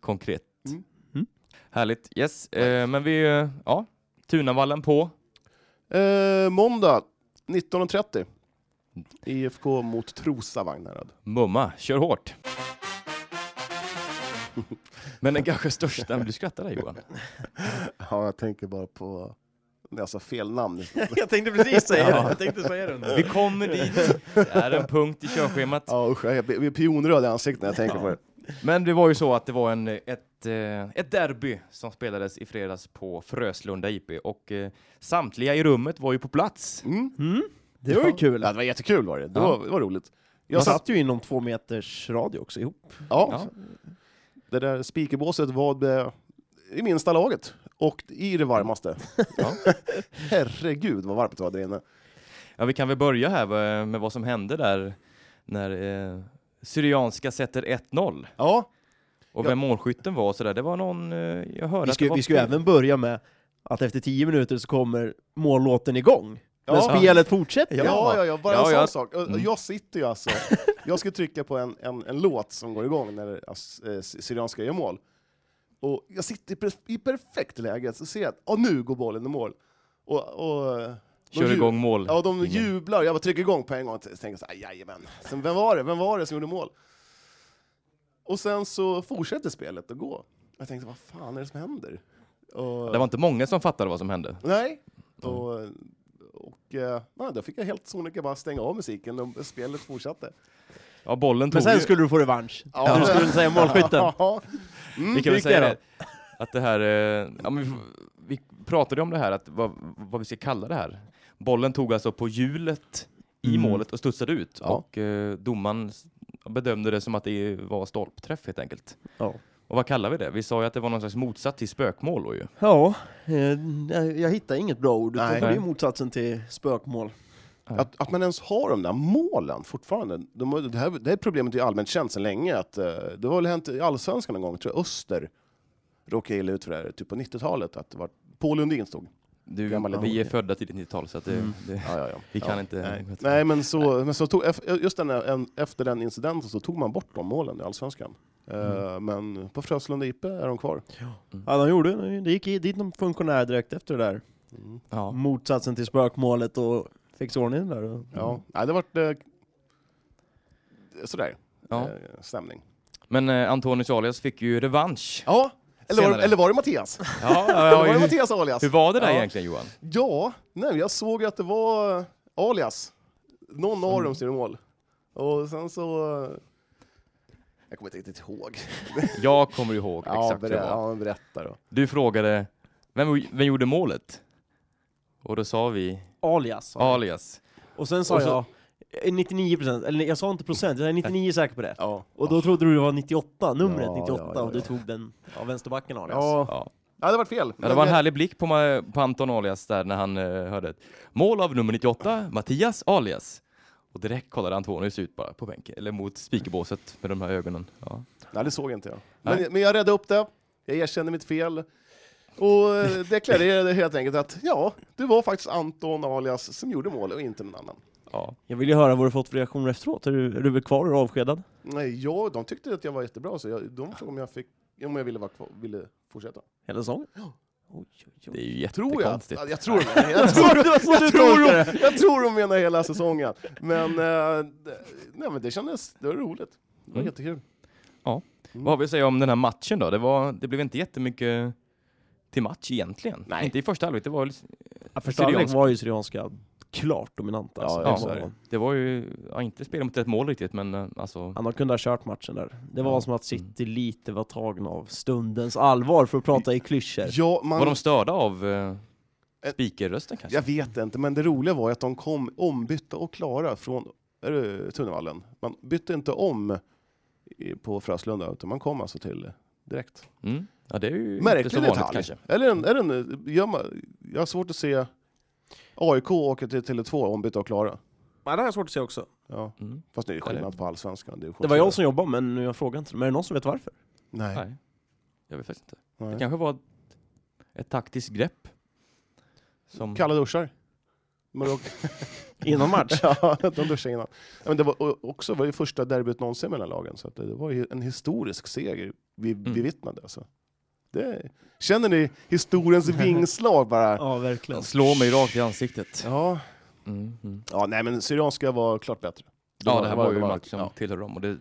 S1: Konkret.
S2: Mm.
S3: Mm.
S1: Härligt. Yes. Eh, men vi... Eh, ja. Tunavallen på.
S2: Eh, måndag 19.30. IFK mot Trosa Vagnhärad.
S1: Mumma, kör hårt. Men den kanske största... Du skrattar där Johan.
S2: Ja, jag tänker bara på... Jag sa alltså fel namn.
S3: jag tänkte precis säga
S1: Ja.
S3: det, jag tänkte säga det.
S1: Vi kommer dit. Det är en punkt i körschemat.
S2: Ja, usch, jag blir jag blir pionröd i ansiktet när jag tänker på det.
S1: Men det var ju så att det var en, ett, eh, ett derby som spelades i fredags på Fröslunda IP och eh, samtliga i rummet var ju på plats.
S2: Mm.
S3: Mm, det var ju kul.
S2: Ja, det var jättekul var det. Det,
S1: Ja.
S2: var, det var roligt.
S3: Jag
S2: Jag satt,
S3: satt ju inom två meters radio också ihop.
S2: ja,
S1: Ja.
S2: Det där speakerbåset var det, i minsta laget och i det varmaste.
S1: Ja.
S2: Herregud vad varmt det var där inne.
S1: Ja, vi kan väl börja här eh, med vad som hände där när eh, Syrianska sätter 1-0
S2: Ja,
S1: och
S2: Ja.
S1: vem målskytten var och sådär. Det var någon, eh, jag hörde att
S3: Vi
S1: det
S3: ska,
S1: var
S3: vi ska ju
S1: fel.
S3: även börja med att efter 10 minuter så kommer mållåten igång.
S2: Ja.
S3: Men spelet fortsätter.
S2: ja, ja, ja, bara
S1: Ja,
S2: en sån
S1: ja.
S2: sak. Och- och
S1: Mm.
S2: Jag sitter ju alltså, jag ska trycka på en, en, en låt som går igång när alltså, eh, Syrianska gör mål. Och jag sitter i, per, i perfekt läge, så ser jag att "Ah, nu går bollen i mål. Och, och, eh, de
S1: Kör
S2: ju-
S1: igång mål.
S2: Ja, de
S1: Ingen.
S2: jublar. Jag bara trycker igång på en gång och tänker så här, jajamän. Sen, vem var det? Vem var det som gjorde mål? Och sen så fortsätter spelet att gå. Jag tänkte, vad fan är det som händer?
S1: Det
S2: Och,
S1: var Mm. inte många som fattade vad som hände.
S2: Nej. Och, och eh, nej, då fick jag helt sonika bara stänga av musiken och spelet fortsatte.
S1: Ja, bollen
S3: Men
S1: tog
S3: sen
S1: ju...
S3: skulle du få revansch.
S2: Ja.
S3: Du skulle inte säga målskytten.
S2: Ja. Mm,
S1: Vi kan väl
S3: hur gick
S1: säga
S3: det
S1: det, att det här, eh, ja, men vi, f- vi pratade om det här, att vad, vad vi ska kalla det här. Bollen tog alltså på hjulet i
S3: Mm.
S1: målet och studsade ut
S2: Ja.
S1: och eh, domaren s- bedömde det som att det var stolpträff helt enkelt.
S3: Ja.
S1: Och vad kallar vi det? Vi sa ju att det var någon slags motsats till spökmål då ju.
S3: Ja, eh, jag, jag hittar inget bra ord, utan
S2: Nej.
S3: det är ju motsatsen till spökmål.
S2: Att, att man ens har de där målen fortfarande. De, har- det, här, det här problemet är ju allmänt känt sedan länge. Att, eh, det har väl hänt i Allsvenskan en gång, tror jag, Öster råkade illa ut för det här, typ på 90-talet. Att det var, Paul Lundin stod.
S1: Du,
S2: Gammal
S1: vi är
S2: Lundin.
S1: födda tidigt 90-tal så att det, det,
S2: Ja, ja, ja.
S1: vi kan
S2: ja.
S1: inte...
S2: Nej,
S1: vet du.
S2: Nej men, så, men så tog, eff- just den, här- en, efter den incidenten så tog man bort de målen i Allsvenskan. Eh,
S1: Mm.
S2: Men på Fröslunda IP är de kvar.
S3: Mm. Ja, de gjorde, det gick i- dit någon funktionär direkt efter det där.
S1: Ja.
S3: Motsatsen till spökmålet och fick ordning där. Mm. Och,
S2: Ja. Nej, det vart eh, sådär
S1: Ja.
S2: eh, stämning.
S1: Men eh, Antonius Alias fick ju revansch.
S2: Ja, eller var,
S1: Senare.
S2: eller var det Mattias?
S1: Ja,
S2: eller
S1: ja,
S2: var det
S1: hur,
S2: Mattias alias?
S1: hur var det där
S2: Ja.
S1: egentligen Johan?
S2: Ja, nej, jag såg ju att det var eh, alias. Någon av dem som gjorde mål. Och sen så... eh, Jag kommer inte riktigt ihåg.
S1: Jag kommer ihåg exakt hur det
S2: berä-
S1: var.
S2: ja, berätta då.
S1: Du frågade vem, vem gjorde målet? Och då sa vi
S3: Alias. sa jag.
S1: alias.
S3: Och sen sa
S1: Och så-
S3: jag, eh, 99%, eller jag sa inte procent, jag är 99 säker på det.
S2: Ja.
S3: Och då trodde du det var 98, numret
S2: Ja,
S3: 98,
S2: ja, ja,
S3: och du
S2: ja.
S3: tog den av vänsterbacken Alias.
S2: Ja,
S1: Ja.
S2: Ja, det var fel.
S1: Ja, det var en härlig blick på, Ma- på Anton alias där när han eh, hörde ett mål av nummer 98, Mattias alias. Och direkt kollade Antonius ut bara på bänken, eller mot speakerbåset med de här ögonen. Ja.
S2: Nej, det såg inte jag.
S1: Nej.
S2: Men, men jag redde upp det, jag erkände mitt fel och eh, deklarerade helt enkelt att ja, det var faktiskt Anton alias som gjorde mål och inte någon annan.
S1: Ja.
S3: Jag vill ju höra vad du fått för reaktioner efteråt. Är du, är du väl kvar och avskedad?
S2: Nej, jag, de tyckte att jag var jättebra, så jag, de frågade om jag, fick, om jag ville, vara kvar, ville fortsätta.
S3: Hela säsongen? Oj, oj,
S1: Det
S3: oj.
S1: är ju
S2: Tror jag.
S1: jättekonstigt.
S2: Ja, Jag tror det. Jag tror,
S3: Det var så du
S2: jag, tror
S3: tolkade
S2: de, jag tror de menar hela säsongen. Men, eh, det- nej, men det kändes det var roligt. Det var
S1: Mm.
S2: jättekul.
S1: Vad har vi att säga om den här matchen då? Det, var, det blev inte jättemycket till match egentligen.
S2: Nej.
S1: Inte i första halvlek, det var liksom-
S3: Ja, första halvlek
S1: Syrianska.
S3: var ju Syrianska klart dominanta. alltså.
S1: Ja,
S2: Ja,
S3: Det var-
S1: det var ju, ja, inte spel mot ett mål riktigt, men eh, alltså,
S3: Han kunde ha kört matchen där. Det var
S1: Ja.
S3: som att City lite var tagna av stundens allvar, för att prata i klyschor.
S2: Ja, man,
S1: var de störda av eh, speakerrösten kanske?
S2: Jag vet inte, men det roliga var ju att de kom ombytta och klara från är det, Tunavallen. Man bytte inte om i- på Fröslunda, utan man kom alltså till direkt.
S1: Mm. Ja, det är ju inte så
S2: Märklig
S1: vanligt
S2: detalj.
S1: kanske.
S2: Eller en, är det en, gör man, jag har svårt att se AIK åka till Tele2 ombytta och klara.
S3: det har jag svårt att se också.
S2: Ja,
S1: Mm.
S2: fast det är ju
S1: Ja, det-
S2: skillnad på allsvenskan. Det, är ju
S3: Det var jag
S2: sjukt.
S3: som jobbade, men jag frågade inte. Men är det någon som vet varför?
S2: Nej.
S1: Nej, jag vet faktiskt inte. Det
S2: nej.
S1: kanske var ett, ett taktiskt grepp. Som,
S2: Kalla duschar. Man råkar-
S3: Innan match?
S2: Ja, de duschade innan. Ja, men det var och också var det första derbyt någonsin mellan lagen, så att det var ju en historisk seger vi
S1: Mm.
S2: bevittnade. Alltså. Det, känner ni historiens vingslag bara?
S3: ja, verkligen.
S1: slår mig rakt i ansiktet.
S2: Ja.
S1: Mm. Mm.
S2: ja, nej men Syrianska var klart bättre.
S1: Ja, det här var ju en match som
S2: Ja,
S1: tillhör dem och det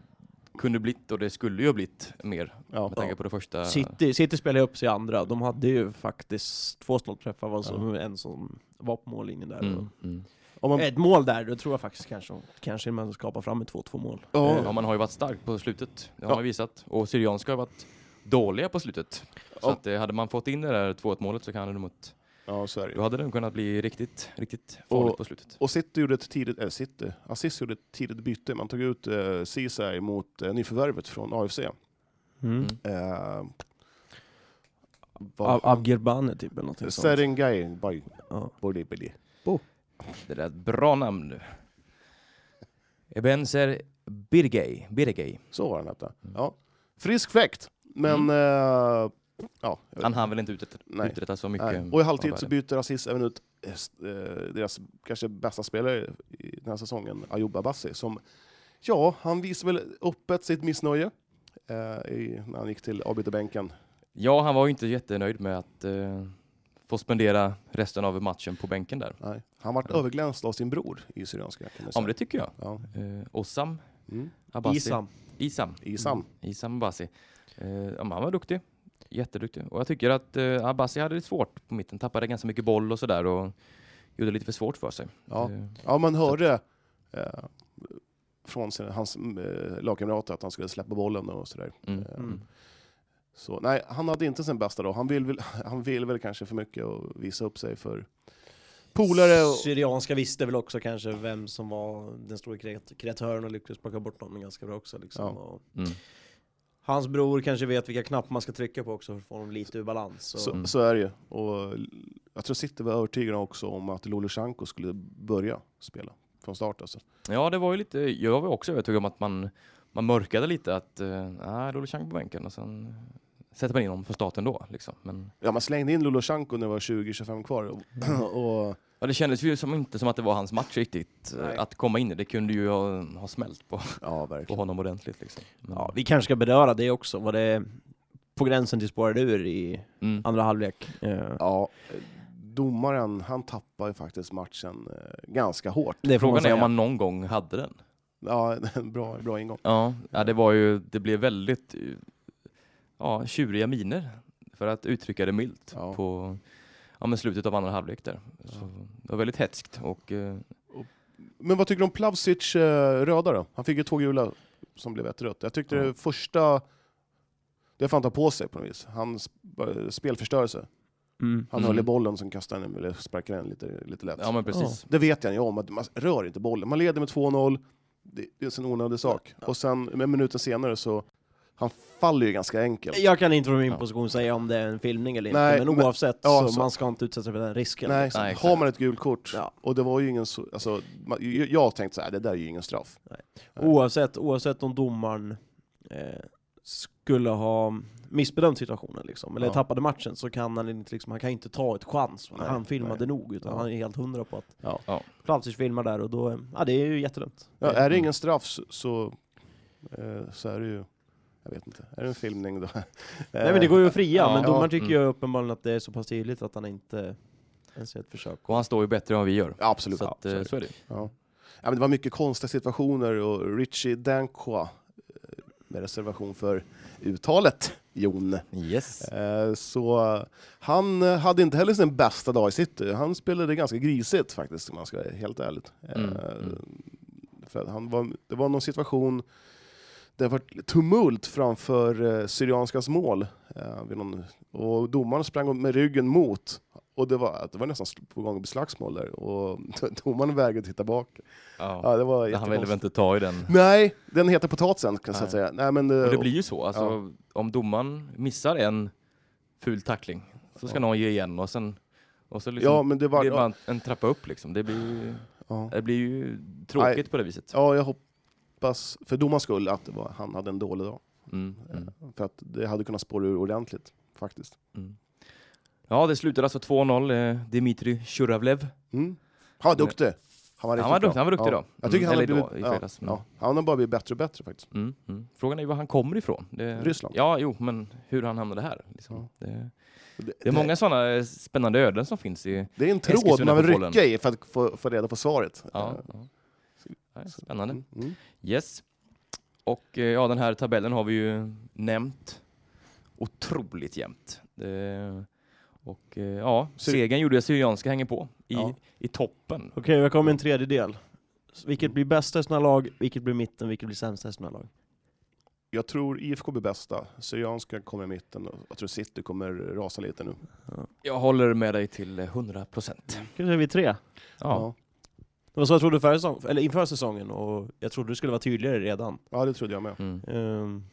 S1: kunde blivit och det skulle ju ha blivit mer
S2: ja.
S1: med tanke på det första.
S3: Alltså, City, City spelade upp sig i andra. De hade ju faktiskt två stolpträffar, var som en som var på mållinjen där.
S1: Mm. Mm.
S2: Om
S3: Och
S2: man,
S3: Ett mål där, då tror jag faktiskt kanske, kanske man skapar fram ett 2-2 mål.
S1: Eh, Ja, man har ju varit stark på slutet. Det har
S2: Ja.
S1: man visat. Och Syrianska har varit dåliga på slutet. Så
S2: Ja.
S1: att, eh, hade man fått in det där 2-1 målet så kan det mot,
S2: ja, så är det
S1: då
S2: ju.
S1: hade det kunnat bli riktigt, riktigt farligt på slutet.
S2: Och City gjorde ett tidigt, äh, City, Aziz gjorde ett tidigt byte. Man tog ut eh, Ceesay mot eh, nyförvärvet från AFC. Eh,
S1: Mm.
S2: vad
S3: Ab-
S2: han-
S3: Abgirbane typ eller någonting sånt.
S2: Serengay, Bay-
S3: Ja.
S2: Bolibeli.
S1: Det där är ett bra namn nu. Ebenzer Birgey. Birgey.
S2: Så var den hette.
S1: Mm.
S2: Ja. Frisk fläkt, men... eh, ja, jag vet
S1: Han
S2: inte.
S1: hann väl inte uträtta,
S2: Nej.
S1: uträtta så mycket.
S2: Nej. Och i halvtid
S1: av
S2: så
S1: världen.
S2: byter Aziz även ut eh, s- eh, deras kanske bästa spelare i den här säsongen, Ayoub Abassi, som... Ja, han visade väl öppet sitt missnöje eh, i, när han gick till avbytarbänken.
S1: Ja, han var ju inte jättenöjd med att eh, få spendera resten av matchen på bänken där.
S2: Nej. Han vart
S1: Ja.
S2: överglänst av sin bror i Syrianska. Kan jag
S1: Ja, men
S2: säga.
S1: det tycker jag.
S2: Ja.
S1: Eh, Ossam
S2: Mm.
S1: Abbasi.
S3: Isam.
S1: Isam.
S2: Isam.
S1: Isam Abbasi. Eh, ja, men han var duktig. Jätteduktig. Och jag tycker att eh, Abbasi hade det svårt på mitten. Tappade ganska mycket boll och sådär och gjorde det lite för svårt för sig.
S2: Ja.
S1: Eh,
S2: Ja, man hörde eh, från sin, hans eh, lagkamrater att han skulle släppa bollen och sådär.
S1: mm.
S2: Eh,
S3: Mm.
S2: Så, nej, han hade inte sin bästa dag. Han vill, väl- han vill väl kanske för mycket och visa upp sig för polare. Och,
S3: Syrianska visste väl också kanske vem som var den stora kreat- kreatören och lyckades plocka bort honom ganska bra också. Liksom.
S2: Ja.
S3: Och
S1: Mm.
S3: hans bror kanske vet vilka knappar man ska trycka på också för att få honom lite ur balans. Så.
S2: så,
S1: Mm.
S2: så är det ju. Och jag tror City var övertygade också om att Lulushanko skulle börja spela från start. Alltså.
S1: Ja, det var ju lite, jag var också övertygad om att man, man mörkade lite att, eh, nej, Lolo Chang på bänken och sen sätter man in honom för starten då. Liksom. Men
S2: Ja, man slängde in Lulushanko när det var 20-25 kvar. Och, och,
S1: ja, det kändes ju som inte som att det var hans match riktigt. eh,
S3: Nej.
S1: Att komma in i det kunde ju ha, ha smält på,
S2: ja,
S1: på
S2: verkligen.
S1: honom ordentligt. Liksom. Men,
S3: Ja, vi kanske ska beröra det också, vad det på gränsen till spårade ur i
S1: mm.
S3: andra halvlek. Eh,
S2: Ja, eh, domaren, han tappar ju faktiskt matchen eh, ganska hårt.
S3: Det får man
S1: Frågan är
S3: säga.
S1: om man någon gång hade den.
S2: Ja, en bra, bra ingång.
S1: Ja, ja det var ju, det blev väldigt eh, ja, tjuriga miner för att uttrycka det milt
S2: Ja.
S1: på ja, men slutet av andra halvlek där. Så, det var väldigt hätskt och eh,
S2: Men vad tycker du om Plavsic eh, röda då? Han fick ju två gula som blev ett rött. Jag tyckte
S1: Ja.
S2: det första, det får han ta på sig på något vis. Han sp- eh, spelförstörelse.
S3: Mm.
S2: Han
S1: Mm.
S2: höll i bollen som kastade den, eller sparkade den lite, lite lätt.
S1: ja men precis.
S2: Det vet jag ju om, att man rör inte bollen. Man leder med 2-0, det det är en sån onödig sak. Och sen, men minuten senare så Han faller ju ganska enkelt.
S3: Jag kan inte från min
S1: Ja.
S3: position säga om det är en filmning eller
S2: Liksom. Nej,
S3: inte, men
S2: men-
S3: oavsett
S2: ja,
S3: så,
S2: så-
S3: man ska inte utsätta sig för den risken.
S2: Nej,
S3: liksom.
S1: Nej, exakt.
S2: har man ett gult kort,
S3: Ja.
S2: och det var ju ingen... så- Alltså, man- jag jag tänkte så här, det där är ju ingen straff. Nej.
S3: Oavsett, oavsett om domaren eh, skulle ha missbedömt situationen liksom, eller
S2: Ja.
S3: tappade matchen, så kan han inte, liksom, han kan inte ta ett chans.
S2: Nej,
S3: han filmade
S2: nej.
S3: nog, utan
S2: Ja.
S3: han är helt hundra på att
S2: Ja.
S1: Ja.
S3: Plavsic filmar där, och då, eh, ja det är ju jättedumt.
S2: Ja, är det ingen straff så, så, eh, så är det ju... Jag vet inte, är det en filmning då?
S3: Nej men det går ju att fria,
S1: Ja.
S3: men domaren
S2: Eh, Ja. Mm.
S3: tycker ju uppenbarligen att det är så pass tydligt att han inte ens gör ett försök.
S1: Och han står ju bättre än vad vi gör.
S2: Ja, absolut.
S1: så, att, eh,
S2: absolut.
S1: så är det.
S2: Ja. Ja, men det var mycket konstiga situationer och Richie Dankoa, eh, med reservation för uttalet, Jon.
S1: Yes.
S2: Eh, Så eh, han eh, hade inte heller sin bästa dag i city. Han spelade ganska grisigt faktiskt, om man ska vara helt ärligt. Eh,
S1: Mm, mm.
S2: För att han var, det var någon situation där det var tumult framför eh, Syrianskas mål. eh, vid någon, och domaren sprang med ryggen mot. Och det var, det var nästan sl- på gång att bli slagsmål där. Och domaren vägrade titta bak.
S1: Ja.
S2: Ja, det var
S1: han ville väl
S2: jättekonstigt.
S1: inte ta i den.
S2: Nej, den heter potatisen kan jag
S1: Nej.
S2: säga. Nej, men, eh,
S1: Och det blir ju så. Alltså, Om domaren missar en ful tackling så ska
S2: Ja.
S1: någon ge igen och sen och så liksom
S2: ja, men det var...
S1: blir det bara
S2: Ja,
S1: en, en trappa upp liksom. Det blir, ju-
S2: ja.
S1: det blir ju tråkigt på det viset.
S2: Ja, jag hoppas för domars skull att det var, han hade en dålig dag.
S1: Mm, mm,
S2: För att det hade kunnat spåra ur ordentligt, faktiskt.
S1: mm. Ja, det slutade alltså 2-0. Eh, Dimitri Shuravlev.
S2: Mm. Han var duktig. Han
S1: Han
S2: var, riktigt
S1: var
S2: bra.
S1: duktig, han var duktig
S2: ja.
S1: idag.
S2: Jag tycker
S1: Mm,
S2: han,
S1: eller
S2: har
S1: idag,
S2: blivit,
S1: i
S2: ja,
S1: fredags. Mm.
S2: ja, han har bara blivit bättre och bättre faktiskt.
S1: Mm, mm. Frågan är ju var han kommer ifrån. Det,
S2: Ryssland.
S1: Ja, jo, men hur han hamnade här. Liksom. Det, det är många sådana spännande öden som finns i...
S2: det är en tråd man vill
S1: Eskilstuna-fotbollen.
S2: rycka i för att få, få reda på svaret.
S1: Ja,
S2: Eh,
S1: ja. Ja, Spännande.
S2: Mm. Mm.
S1: Yes. Och eh, ja, den här tabellen har vi ju nämnt. Otroligt jämnt. Eh, och eh, ja,
S2: Sy-
S1: segern gjorde Syrianska hänger på i,
S2: Ja.
S1: i toppen.
S3: Okej, vi kommer en tredjedel. Så Vilket blir bäst i sina lag, vilket blir mitten, vilket blir sämst i sina lag?
S2: Jag tror IFK blir bästa, Syrianska kommer i mitten och jag tror City kommer rasa lite nu.
S1: Jag håller med dig till eh, 100 procent.
S3: Kanske vi tre.
S1: Ja.
S3: Det var så jag trodde förra säsong, eller inför säsongen, och jag trodde det skulle vara tydligare redan.
S2: Ja. ja, det trodde jag med.
S1: Mm.
S3: Ehm,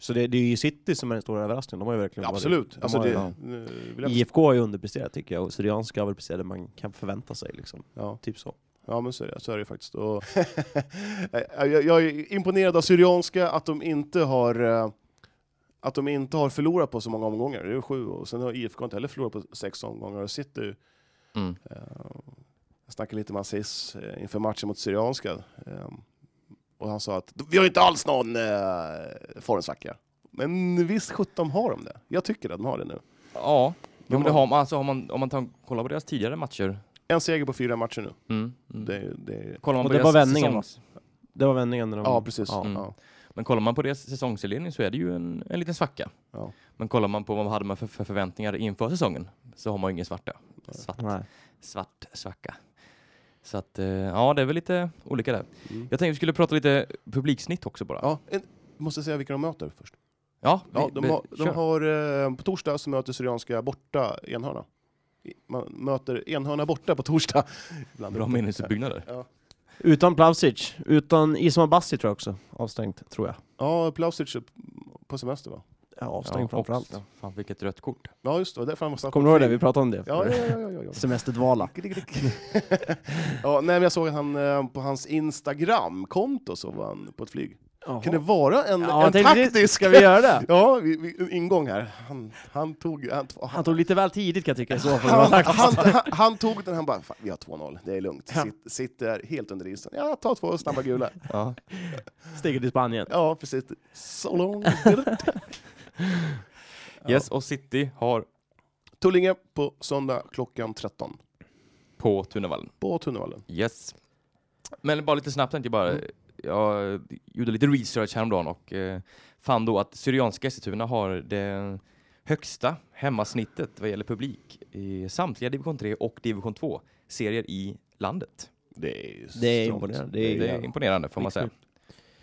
S3: så det, det är ju City som är den stora överraskningen, de har ju verkligen
S2: Ja,
S3: varit-
S2: absolut.
S3: de
S2: Alltså,
S3: har
S2: det,
S3: ju-
S2: eh, vill jag,
S3: IFK har ju underpresterat tycker jag, och Syrianska har väl presterat det man kan förvänta sig liksom.
S2: ja.
S3: Typ så.
S2: Ja men så är det, så är det ju faktiskt. Och eh, jag, jag är imponerad av Syrianska att de inte har eh, att de inte har förlorat på så många omgångar. Det är ju sju och sen har IFK inte heller förlorat på sex omgångar och City.
S1: Mm.
S2: eh, Jag snackade lite med Aziz eh, inför matchen mot Syrianska eh, och han sa att vi har ju inte alls någon eh, formsvacka. Men visst sjutton har de det. Jag tycker att de har det nu.
S1: Ja,
S2: De
S1: jo, men det
S2: har-
S1: har, man- alltså, har man, om man tar, kollar på deras tidigare matcher.
S2: En seger på fyra matcher nu.
S1: Mm. Mm.
S2: Det, är- det, är-
S1: Kollar man
S3: Och
S1: på
S3: det var
S1: deras
S3: vändningen, va?
S1: säsongs-
S3: Det var vändningen när de...
S2: ja precis.
S3: Ja.
S2: Ja.
S1: Mm. Men kollar man på deras säsongsinledning så är det ju en, en liten svacka.
S2: Ja.
S1: Men kollar man på vad man hade man för, för förväntningar inför säsongen så har man ju ingen svarta. Svart
S3: Nej.
S1: svart svacka. Så att, eh, ja, det är väl lite olika där.
S2: Mm.
S1: Jag tänkte vi skulle prata lite publiksnitt också bara.
S2: Ja, en, måste säga vilka de möter först.
S1: Ja,
S2: Ja,
S1: vi-
S2: de
S1: vi-
S2: har, de
S1: kör.
S2: har, eh, på torsdag så möter Syrianska borta Enhörna. I- Man möter Enhörna borta på torsdag. Ibland
S1: Bra meningsutbyggnader.
S3: Utan Plavsic, utan Ismail Bassi tror jag också, avstängt tror jag.
S2: Ja, Plausic är på semester va?
S3: Ja, avstängd
S1: och-
S3: framförallt.
S1: ja, Fan, vilket rött kort.
S2: Ja just det, därför han var satt
S3: Kommer
S2: på
S3: du ihåg det?
S2: fri.
S3: Vi pratade om det.
S2: Ja, ja, ja. ja, ja, ja.
S3: Semesterdvala.
S2: Klick, klick, klick. ja, nej, men jag såg att han eh, på hans Instagram-konto så var han på ett flyg. Kan det vara en,
S3: Ja,
S2: en
S3: jag tänkte,
S2: taktisk?
S3: Ska vi göra det?
S2: Ja, vi, vi, en ingång här. Han, han tog... Han,
S3: Han tog lite väl tidigt kan jag tycka i så fall.
S2: Han,
S3: Han,
S2: han, han, han tog den, han bara "Fan, vi har 2-0, det är lugnt. Sitt, sitter helt under isen. Ja, ta två snabba gula.
S1: Ja.
S3: Steget till Spanien.
S2: Ja, precis. So long.
S1: Yes, och City har
S2: Tullinge på söndag klockan 13
S1: på Tunavallen.
S2: på Tunnevallen.
S1: Yes. Men bara lite snabbt tänkte jag
S2: Mm.
S1: bara. Jag gjorde lite research häromdagen och eh, fann då att Syrianska Eskilstuna har det högsta hemmasnittet vad gäller publik i samtliga division 3 och division 2 serier i landet.
S2: Det är, ju
S3: Det är
S2: strångt.
S3: imponerande.
S1: Det är imponerande får man säga.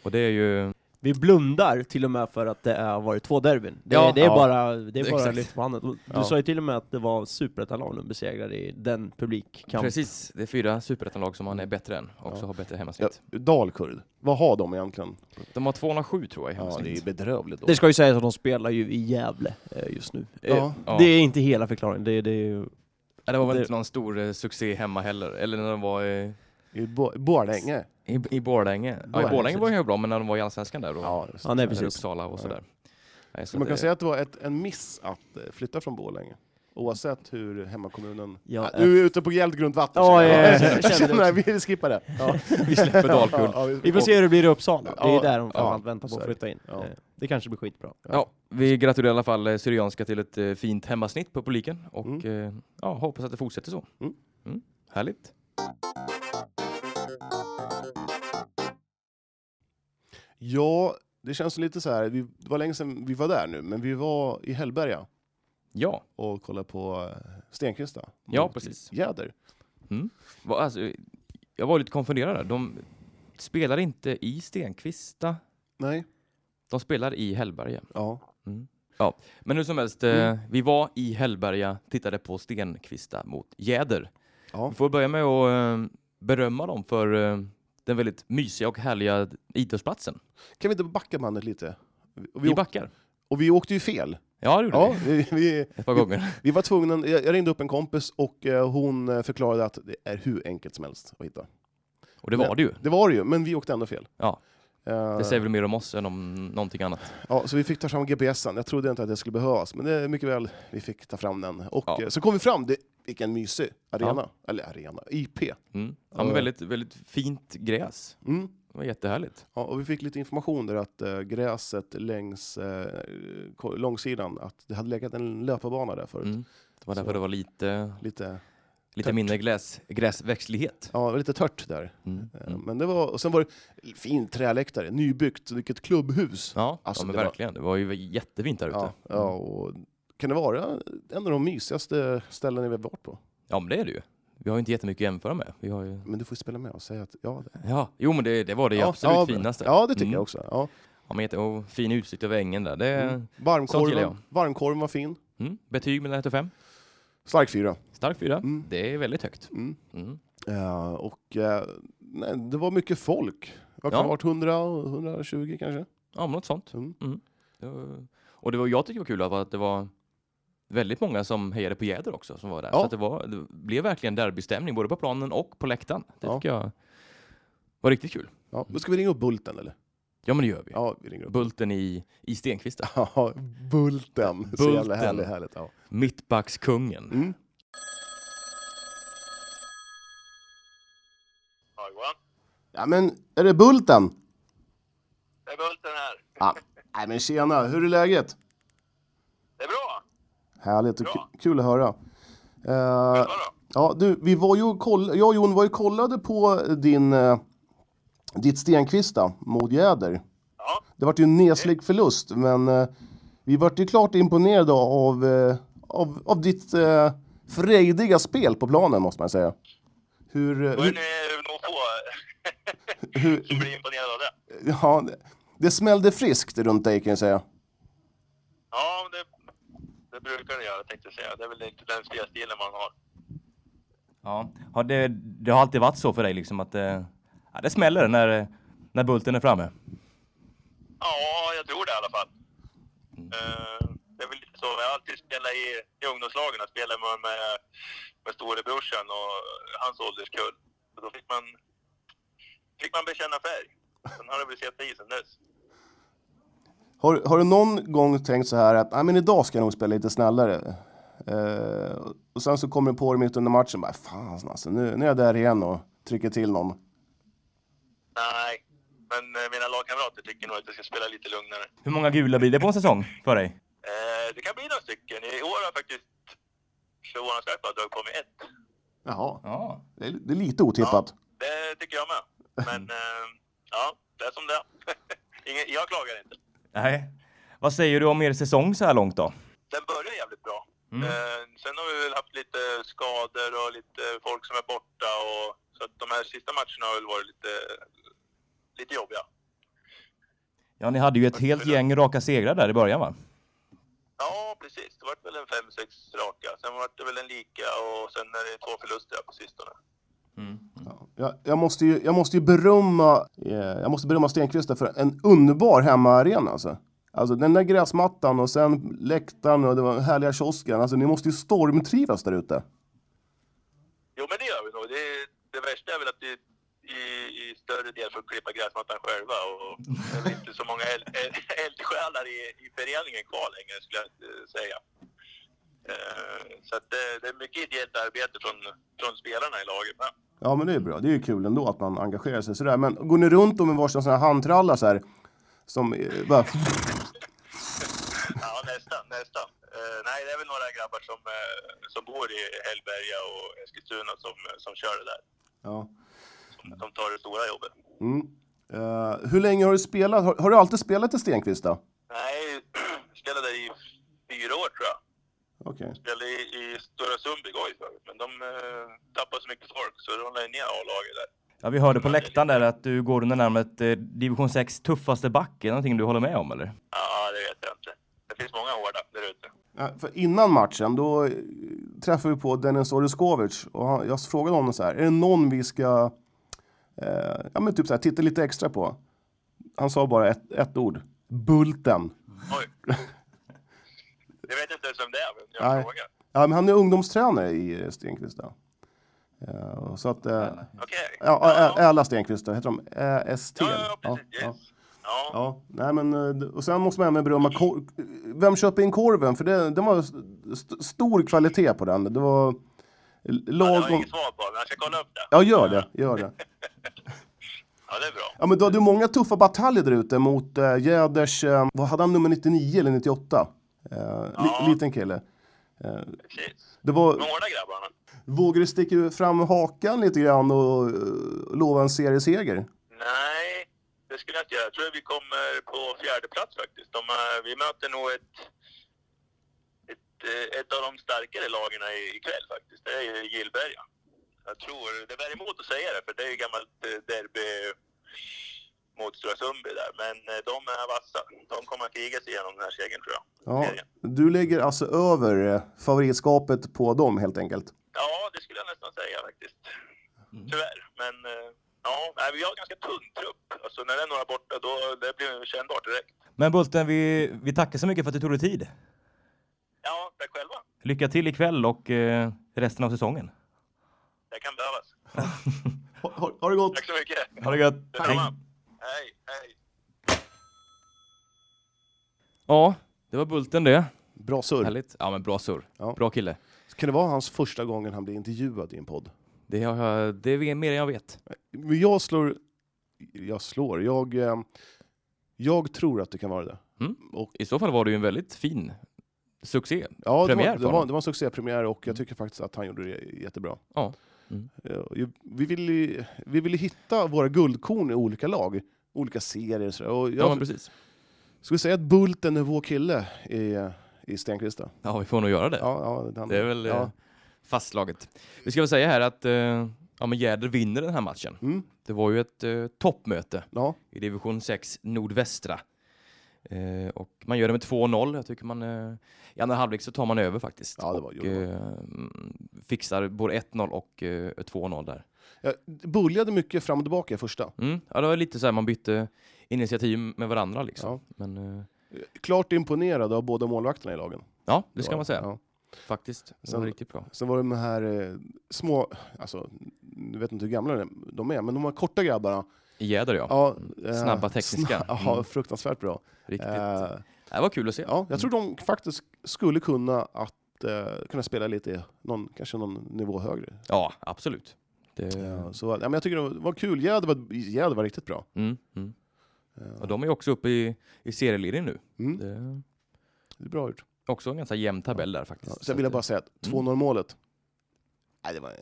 S1: Och det är ju
S3: Vi blundar till och med för att det har varit två derbyn. Det,
S1: Ja.
S3: det är
S1: Ja.
S3: bara, det är bara
S1: Exakt.
S3: lyft på handen. Och Du
S2: Ja.
S3: sa ju till och med att det var Superettan Alnum besegrade i den publikkampen.
S1: Precis, det är fyra superettanlag som han är bättre än och också har bättre
S2: Mm. Ja,
S1: hemmasnitt.
S2: Dalkurd, vad har de egentligen?
S1: De har 207 tror jag i
S2: Ja, det är
S1: hemmasnitt.
S2: bedrövligt. Då.
S3: Det ska ju sägas att de spelar ju i Gävle eh, just nu. Eh,
S2: Ja.
S1: Ja.
S3: Det är inte hela förklaringen, det, det är ju...
S1: Ja, det var väl
S3: det-
S1: inte någon stor eh, succé hemma heller, eller när de var eh, i,
S2: I Bo- Borlänge.
S1: i, i Borlänge. Ja,
S2: Borlänge,
S1: i Borlänge var
S2: precis.
S1: ju bra, men när de var i Allsvenskan där då.
S2: Ja, just det.
S3: Ja, nej,
S1: Eller
S3: precis.
S1: Uppsala och sådär. Nej, så
S2: Så man
S1: att
S2: kan
S1: det-
S2: säga att det var ett, en miss att eh, flytta från Borlänge. Oavsett hur hemmakommunen...
S3: Ja,
S2: Ah, nu är vi ute på helt grunt vatten.
S3: Ja,
S2: känner
S3: ja,
S2: jag.
S3: ja, jag
S2: jag
S3: kände det
S2: känner att vi skippar det. Ja.
S1: Vi släpper Dalkurd.
S2: Ja,
S3: Vi får se hur det blir i Uppsala, det är
S2: Ja,
S3: där de
S2: ja,
S3: framförallt väntar på
S2: så
S3: att
S2: är det.
S3: flytta in.
S2: Ja.
S3: Eh, Det kanske blir skitbra.
S1: Ja, vi gratulerar i alla fall eh, Syrianska till ett eh, fint hemmasnitt på publiken och eh, ja, hoppas att det fortsätter så.
S2: Mm.
S1: Mm, Härligt.
S2: Ja, det känns lite så här, vi, det var länge sedan vi var där nu, men vi var i Hällberga
S1: Ja,
S2: och kollade på eh, Stenkista.
S1: ja
S2: mot
S1: precis.
S2: Jäder.
S1: Va, alltså, eh, jag var lite konfunderad där. De spelar inte i Stenkvista,
S2: Nej,
S1: de spelar i Hällberga.
S2: ja.
S1: Men hur som helst,
S2: Mm.
S1: eh, vi var i Hällberga, tittade på Stenkvista mot Jäder.
S2: Ja.
S1: Vi får börja med att eh, berömma dem för eh, den väldigt mysiga och härliga idrottsplatsen.
S2: Kan vi inte backa bandet lite? Och
S1: Vi
S2: vi,
S1: backar.
S2: och vi åkte ju fel.
S1: Ja, det gjorde
S2: Ja,
S1: vi.
S2: vi, vi,
S1: Ett par gånger.
S2: vi var tvungna, jag jag ringde upp en kompis och eh, hon eh, förklarade att det är hur enkelt som helst att hitta.
S1: Och det var det ju.
S2: Det var det ju, men vi åkte ändå fel.
S1: Ja.
S2: Eh,
S1: Det säger väl mer om oss än om någonting annat.
S2: ja, så vi fick ta fram GPSen. Jag trodde inte att det skulle behövas, men det är mycket väl vi fick ta fram den. Och
S1: Ja.
S2: eh, så kom vi fram. Det, vilken mysig arena. Eller arena, IP.
S1: Mm. Ja, men
S2: Ja.
S1: väldigt, väldigt fint gräs.
S2: Mm.
S1: Det var jättehärligt.
S2: Ja, och vi fick lite information där att eh, gräset längs eh, ko- långsidan, att det hade legat en löparbana där förut.
S1: Mm. Det var därför
S2: Så.
S1: det var lite,
S2: Lite,
S1: lite
S2: Tört.
S1: mindre gräs, gräsväxtlighet.
S2: ja, det var lite tört där.
S1: Mm.
S2: Eh,
S1: Mm.
S2: Men det var, och sen var det fin träläktare, nybyggt, vilket klubbhus.
S1: Ja,
S2: Alltså,
S1: ja men
S2: det var-
S1: verkligen. Det var ju jättefint där ute. Mm.
S2: Ja, ja, och kan det vara en av de mysigaste ställen vi har varit på?
S1: Ja, men det är det ju. Vi har ju inte jättemycket att jämföra med. Vi har ju...
S2: Men du får ju spela med och säga att ja, det,
S1: Ja, jo men det, det var det
S2: ja,
S1: absolut
S2: ja,
S1: finaste.
S2: Ja, det tycker
S1: Mm.
S2: jag också. Ja.
S1: Ja, men, jätte- och fin utsikt över ängen där. Det är,
S2: Mm.
S1: Eh, sånt gillar jag.
S2: Varmkorven, varmkorven var fin.
S1: mm. Betyg mellan 1 och 5.
S2: Stark fyra.
S1: Stark 4.
S2: Mm.
S1: Det är väldigt högt.
S2: Mm.
S1: Mm.
S2: Eh, och eh, nej, det var mycket folk. Vad kan
S1: Ja.
S2: det ha varit? 100, 120 kanske?
S1: Ja, men något sånt.
S2: Mm.
S1: Det var- Och det var, jag tycker det var kul att att det var väldigt många som hejade på Jäder också som var där.
S2: Ja.
S1: Så att det, var, det blev verkligen derbystämning både på planen och på läktaren. Det
S2: Ja.
S1: tycker jag var riktigt kul.
S2: Ja. Men ska vi ringa upp Bulten eller?
S1: Ja men det gör vi.
S2: Ja, vi ringer upp.
S1: Bulten i, i Stenkvista.
S2: Ja, Bulten. Så jävla
S1: Bulten.
S2: härligt, härligt. Ja.
S1: Mittbackskungen.
S2: Mm.
S5: Ja, Johan.
S2: ja, men är det Bulten?
S5: Det är Bulten här.
S2: Ja. Nej, men tjena, hur är läget?
S5: Det är bra.
S2: Härligt och
S5: Bra.
S2: ku- kul att höra. Eh,
S5: Vadå?
S2: ja, du, vi var ju och koll- jag och Jon var ju kollade på din, eh, ditt Stenkvista mot Jäder.
S5: Ja,
S2: Det vart ju en neslig förlust, men eh, vi vart ju klart imponerade av, eh, av, av ditt eh, frejdiga spel på planen, måste man säga. Hur... eh,
S5: då är
S2: hur,
S5: ni nog få som
S2: hur
S5: blir imponerade av det.
S2: ja, det- det smällde friskt runt dig, kan jag säga.
S5: Ja, men det, det brukar det göra tänkte jag säga. Det är väl lite den spelstilen man har.
S1: Ja. Har det, det har alltid varit så för dig liksom att eh, ja, det smäller när, eh, när Bulten är framme.
S5: Ja, jag tror det i alla fall. Eh, det är väl lite så. Jag har alltid spelat i, i ungdomslagen. Jag spelade med, med, med storebrorsan och hans ålderskull. Så då fick man, fick man bekänna färg. Sen har det väl sett i sen dess.
S2: Har, har du någon gång tänkt så här att "Nej, men idag ska jag nog spela lite snällare? Eh, och sen så kommer du på det mitt under matchen bara fan alltså, nu, nu är jag där igen och trycker till någon.
S5: Nej, men eh, mina lagkamrater tycker nog att jag ska spela lite lugnare.
S1: Hur många gula blir det på en säsong för dig?
S5: Eh, det kan bli några stycken. I år har jag faktiskt förvånansvärt bara dragit på mig ett.
S2: Jaha,
S1: Ja.
S2: det är, det är lite otippat.
S5: Det tycker jag med. Men eh, ja, det är som det är. Ingen, Jag klagar inte.
S1: Nej. Vad säger du om er säsong så här långt då?
S5: Den börjar jävligt bra. Eh, sen har vi väl haft lite skador och lite folk som är borta. Och, så att de här sista matcherna har väl varit lite, lite jobbiga.
S1: Ja, ni hade ju ett helt gäng raka segrar där i början va?
S5: Ja, precis. Det var väl en fem, sex raka. Sen var det väl en lika och sen är det två förluster här på sistone.
S2: Jag, jag, måste ju, jag måste ju berömma, eh, jag måste berömma Stenqvist där för en underbar hemmaarena alltså. Alltså den där gräsmattan och sen läktaren och det var härliga kiosken. Alltså ni måste ju stormtrivas där ute.
S5: Jo, men det gör vi nog. Det, det värsta är väl att vi i, i större del får klippa gräsmattan själva och det är väl inte så många eld, eld, eldsjälar i, i föreningen kvar längre skulle jag eh, säga. Eh, så att det, det är mycket ideellt arbete från, från spelarna i laget med.
S2: Ja men det är bra, det är ju kul ändå att man engagerar sig sådär. Men går ni runt då med varsin sån här handtrallar så här? Som eh, bara...
S5: Ja, nästan, nästan. Eh, nej, det är väl några grabbar som, eh, som bor i Hällberga och Eskilstuna som, som kör det där.
S2: Ja.
S5: Som, som tar det stora jobbet.
S2: Mm. Eh, hur länge har du spelat? Har, har du alltid spelat i Stenqvist då?
S5: Nej, spelade i fyra år tror jag.
S2: Okej.
S5: Spelade i, i Stora Sundby GoIS förut, men de eh, tappade så mycket folk så de la ner A-laget där.
S1: Ja, vi hörde på läktaren där att du går under namnet eh, Division 6 tuffaste back. Är det någonting du håller med om eller?
S5: Ja, det vet jag inte. Det finns många hårda där ute.
S2: Ja, Eh, För innan matchen då eh, träffade vi på Dennis Oreskovic och han, jag frågade honom så här, är det någon vi ska eh, ja, men typ så här, titta lite extra på? Han sa bara ett, ett ord, Bulten.
S5: Oj. Jag vet inte ens vem det är, men
S2: Nej.
S5: jag frågar.
S2: Ja, men han är ungdomstränare i eh, Stenqvist. Då. Eh, så att, eh,
S5: Okej.
S2: ja, Ä- Ä- Äla Stenqvist, då, heter de Ä- ST?
S5: ja, ja,
S2: Ja,
S5: precis.
S2: ja.
S5: Yes. Ja.
S2: Ja, nej men eh, d- och sen måste man även berömma kor- Vem köper in korven? För det, den var st- stor kvalitet på den. Det var l-
S5: Ja, det har jag
S2: lagom...
S5: inget svar på, men jag ska kolla upp det.
S2: Ja, gör det, gör det.
S5: Ja, det är bra.
S2: Ja, men du hade ju många tuffa bataljer där ute mot eh, Jäders, eh, vad hade han, nummer 99 eller 98? Eh, li- liten kille.
S5: Precis.
S2: Det var,
S5: De hårda grabbarna.
S2: vågar du sticka fram hakan lite grann och eh, lova en serieseger?
S5: Nej, det skulle jag inte göra. Jag tror att vi kommer på fjärde plats faktiskt. De, eh, vi möter nog ett, ett, eh, ett av de starkare lagen i- ikväll faktiskt. Det är ju Gillberga. Jag tror, det bär emot att säga det, för det är ju gammalt eh, derby mot Stora Sundby där. Men eh, de är vassa. De kommer att kriga sig igenom den här segern tror jag.
S2: Ja,
S5: Serien.
S2: du lägger alltså över eh, favoritskapet på dem helt enkelt.
S5: Ja, det skulle jag nästan säga faktiskt. Tyvärr. Men eh, ja, nej, vi har en ganska tunn trupp. Alltså när det är några borta, då det blir det kännbart direkt.
S1: Men Bulten, vi, vi tackar så mycket för att du tog dig tid.
S5: Ja, tack själva.
S1: Lycka till ikväll och eh, resten av säsongen.
S5: Det kan behövas.
S2: Ha, ha, ha det gott!
S5: Tack så mycket.
S1: Ha det gött!
S5: Detsamma. Hej, hej.
S1: Ja, det var Bulten det.
S2: Bra surr.
S1: Härligt. Ja, men bra surr.
S2: Ja.
S1: Bra kille.
S2: Kan det vara hans första gången han blir intervjuad i en podd?
S1: Det, har jag, det är mer än jag vet.
S2: Men jag slår... Jag slår. Jag, eh, jag tror att det kan vara det.
S1: I så fall var det ju en väldigt fin succé.
S2: Ja,
S1: Premiär
S2: det, var,
S1: för
S2: det, var,
S1: honom. Mm.
S2: det var en succépremiär och jag tycker faktiskt att han gjorde det jättebra.
S1: Ja. Mm.
S2: Eh, ju- Vi ville ju- vi vill hitta våra guldkorn i olika lag, olika serier och sådär. Och
S1: Ja, men
S2: jag
S1: precis.
S2: skulle säga att Bulten är vår kille i, eh, i Stenqvist. då.
S1: Ja, vi får nog göra det.
S2: Ja, ja, han-
S1: Det är väl eh,
S2: ja.
S1: fastslaget. Vi ska väl säga här att eh, ja, men Gärder vinner den här matchen.
S2: Mm.
S1: Det var ju ett eh, toppmöte
S2: Ja,
S1: i division 6 nordvästra. Eh, och man gör det med 2-0. Jag tycker man... Eh, I andra halvlek så tar man över faktiskt.
S2: Ja, det var-
S1: och,
S2: gjorde man.
S1: eh, mm, fixar både 1-0 och eh, 2-0 där.
S2: jag buljade mycket fram och tillbaka i första.
S1: Mm. Ja, det var lite så här, man bytte initiativ med varandra liksom.
S2: Ja.
S1: Men eh,
S2: Klart imponerad av båda målvakterna i lagen.
S1: ja, det ska
S2: var-
S1: man säga.
S2: ja.
S1: Faktiskt. Det
S2: Sen-
S1: var riktigt bra.
S2: Sen var det de här eh, små, alltså, jag vet inte hur gamla de är, men de här korta grabbarna.
S1: I Gäder ja.
S2: Ja, eh,
S1: Snabba tekniska.
S2: sna- ja,
S1: Mm.
S2: fruktansvärt bra.
S1: Riktigt.
S2: Eh,
S1: Det var kul att se.
S2: ja, jag tror de faktiskt skulle kunna att eh, kunna spela lite, i någon, kanske någon nivå högre.
S1: Ja, absolut. Det,
S2: Ja, så, ja, men jag tycker det var kul. Gävle var, Gävle var riktigt bra.
S1: Mm, mm.
S2: Eh,
S1: Och de är ju också uppe i, i serieledning nu.
S2: Mm.
S1: Det är
S2: det är bra gjort.
S1: också en ganska jämn tabell där faktiskt.
S2: Ja,
S1: Så
S2: sen vill jag
S1: att
S2: bara säga
S1: Mm.
S2: att 2-0 målet, nej, det var en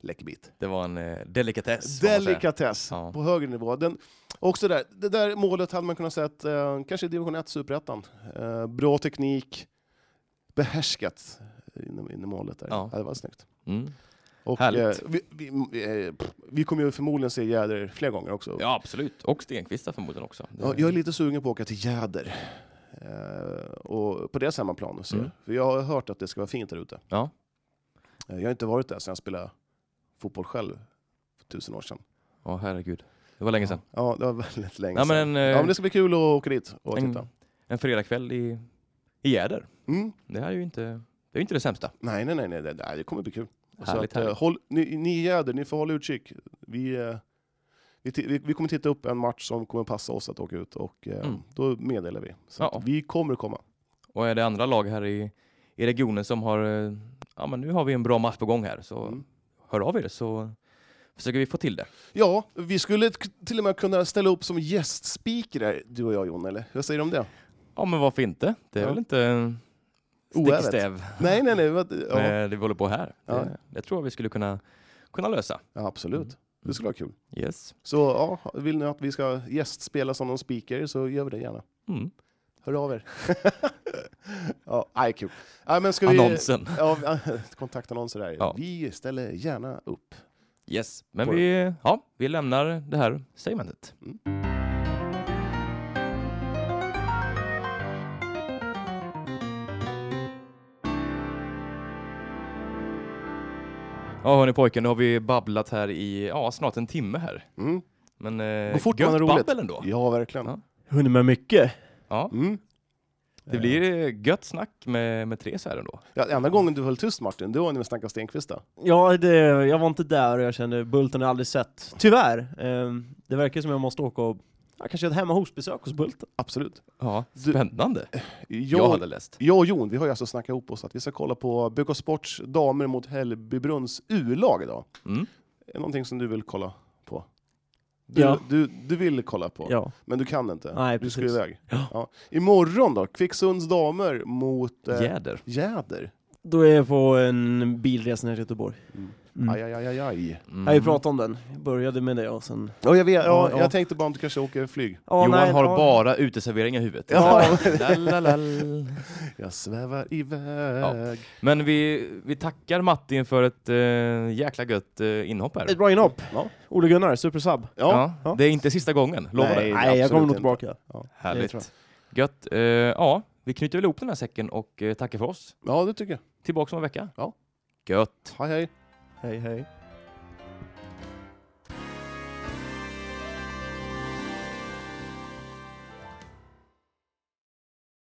S2: läcker bit.
S1: det, det var en eh, delikatess. får man säga.
S2: Delikatess
S1: Ja.
S2: på högre nivå. Den, också där, det där målet hade man kunnat sett eh, kanske i division 1, superettan. Eh, bra teknik, behärskat inom, inom målet där.
S1: Ja.
S2: Ja. det var snyggt.
S1: Mm.
S2: Och,
S1: Härligt.
S2: eh, vi, vi, vi, eh, pff, vi kommer ju förmodligen se Jäder fler gånger också.
S1: Ja, absolut. Och Stenqvista förmodligen också. Det-
S2: Oh. Ja, jag är lite sugen på att åka till Jäder. Eh, och på deras hemmaplan. och se.
S1: Mm.
S2: För jag har hört att det ska vara fint där ute.
S1: Ja.
S2: Eh, Jag har inte varit där sedan jag spelade fotboll själv för tusen år sedan.
S1: Ja, herregud. Det var länge sedan.
S2: Ja, det var väldigt länge
S1: Ja,
S2: sedan.
S1: men en, eh,
S2: ja, men det ska bli kul att åka dit och titta.
S1: en, en fredagkväll i, i Gäder.
S2: Mm.
S1: Det här är ju inte det, är ju inte det sämsta.
S2: Nej, nej, nej, nej, nej, nej, det kommer bli kul. Så
S1: Härligt,
S2: att, eh,
S1: härligt.
S2: håll, ni, ni i Jäder, ni får hålla utkik. Vi, eh, vi, ti- vi, vi kommer titta upp en match som kommer passa oss att åka ut och eh,
S1: Mm.
S2: då meddelar vi. Så
S1: Ja.
S2: att vi kommer komma.
S1: Och är det andra lag här i, i regionen som har, eh, ja men nu har vi en bra match på gång här, så
S2: Mm.
S1: hör av er så försöker vi få till det.
S2: Ja, vi skulle k- till och med kunna ställa upp som gästspeaker här, du och jag Jon, eller? Vad säger du om det?
S1: Ja men varför inte? Det är
S2: Ja.
S1: väl inte stick i
S2: Oävet.
S1: stäv
S2: Nej, nej, nej. vad- Ja,
S1: med det vi håller på här.
S2: Ja.
S1: Det, det tror jag vi skulle kunna, kunna lösa.
S2: ja absolut.
S1: Mm.
S2: Det skulle vara kul.
S1: Yes.
S2: Så ja, vill ni att vi ska gästspela som någon speaker så gör vi det gärna.
S1: Mm.
S2: Hör av er. ja, nej, kul. Ja, men ska vi...
S1: Annonsen.
S2: Ja, kontaktannonser där.
S1: Ja.
S2: Vi ställer gärna upp.
S1: Yes. Men
S2: Får
S1: vi, ja, vi lämnar det här segmentet.
S2: Mm.
S1: Ja hörni pojken, nu har vi babblat här i ja, snart en timme här.
S2: Mm.
S1: Men eh,
S2: Gå fort,
S1: gött
S2: man har roligt.
S1: babbel ändå.
S2: Ja, verkligen.
S1: Ja.
S3: Hunnit med mycket.
S1: Ja,
S2: Mm.
S1: det blir eh, gött snack med, med tre så här ändå.
S2: Ja, enda gången du höll tyst Martin, det var när vi snackade Stenqvista.
S3: Ja, det, jag var inte där och jag kände Bulten har jag aldrig sett. Tyvärr. Ehm, det verkar som jag måste åka och ja, kanske ett hemma hos-besök hos Bulten.
S2: Absolut.
S1: Ja,
S2: Du-
S1: spännande. Jag,
S2: Jag,
S1: hade läst.
S2: jag och Jon, vi har ju alltså snackat ihop oss att vi ska kolla på BK Sports damer mot Hällbybrunns U-lag idag.
S1: Mm.
S2: Är det någonting som du vill kolla på? Du,
S3: Ja.
S2: du, du vill kolla på,
S3: Ja.
S2: men du kan inte.
S3: Nej,
S2: du ska
S3: precis.
S2: iväg.
S3: Ja.
S2: Imorgon då, Kvicksunds damer mot eh,
S1: Jäder.
S2: Jäder.
S3: Då är jag på en bilresa ner till Göteborg.
S2: Mm.
S3: Mm.
S2: Aj, aj, aj, aj, aj.
S1: Mm.
S3: Jag har ju pratat om den. Jag började med det och sen...
S2: Ja, jag, vet, ja,
S3: Ja, ja.
S2: jag tänkte bara om du kanske åker flyg.
S3: Ja,
S1: Johan
S3: nej,
S1: har
S3: ja.
S1: bara uteservering i huvudet.
S2: Ja.
S1: Lalalal.
S2: Jag svävar iväg.
S1: Men vi, vi tackar Martin för ett eh, jäkla gött eh, inhopp här.
S3: Ett bra inhopp.
S2: Ja.
S3: Ole Gunnar, supersub.
S2: Ja.
S1: Ja, det är inte sista gången, lovar
S2: Nej,
S1: det.
S2: det är
S3: Nej, jag
S2: absolut
S3: kommer nog
S2: inte.
S3: tillbaka. det tror
S1: Härligt. Gött. Eh, ja, vi knyter väl ihop den här säcken och eh, tackar för oss.
S2: ja, det tycker jag.
S1: Tillbaka om en vecka.
S2: Ja.
S1: Gött.
S2: Hej, hej.
S3: Hej, hej.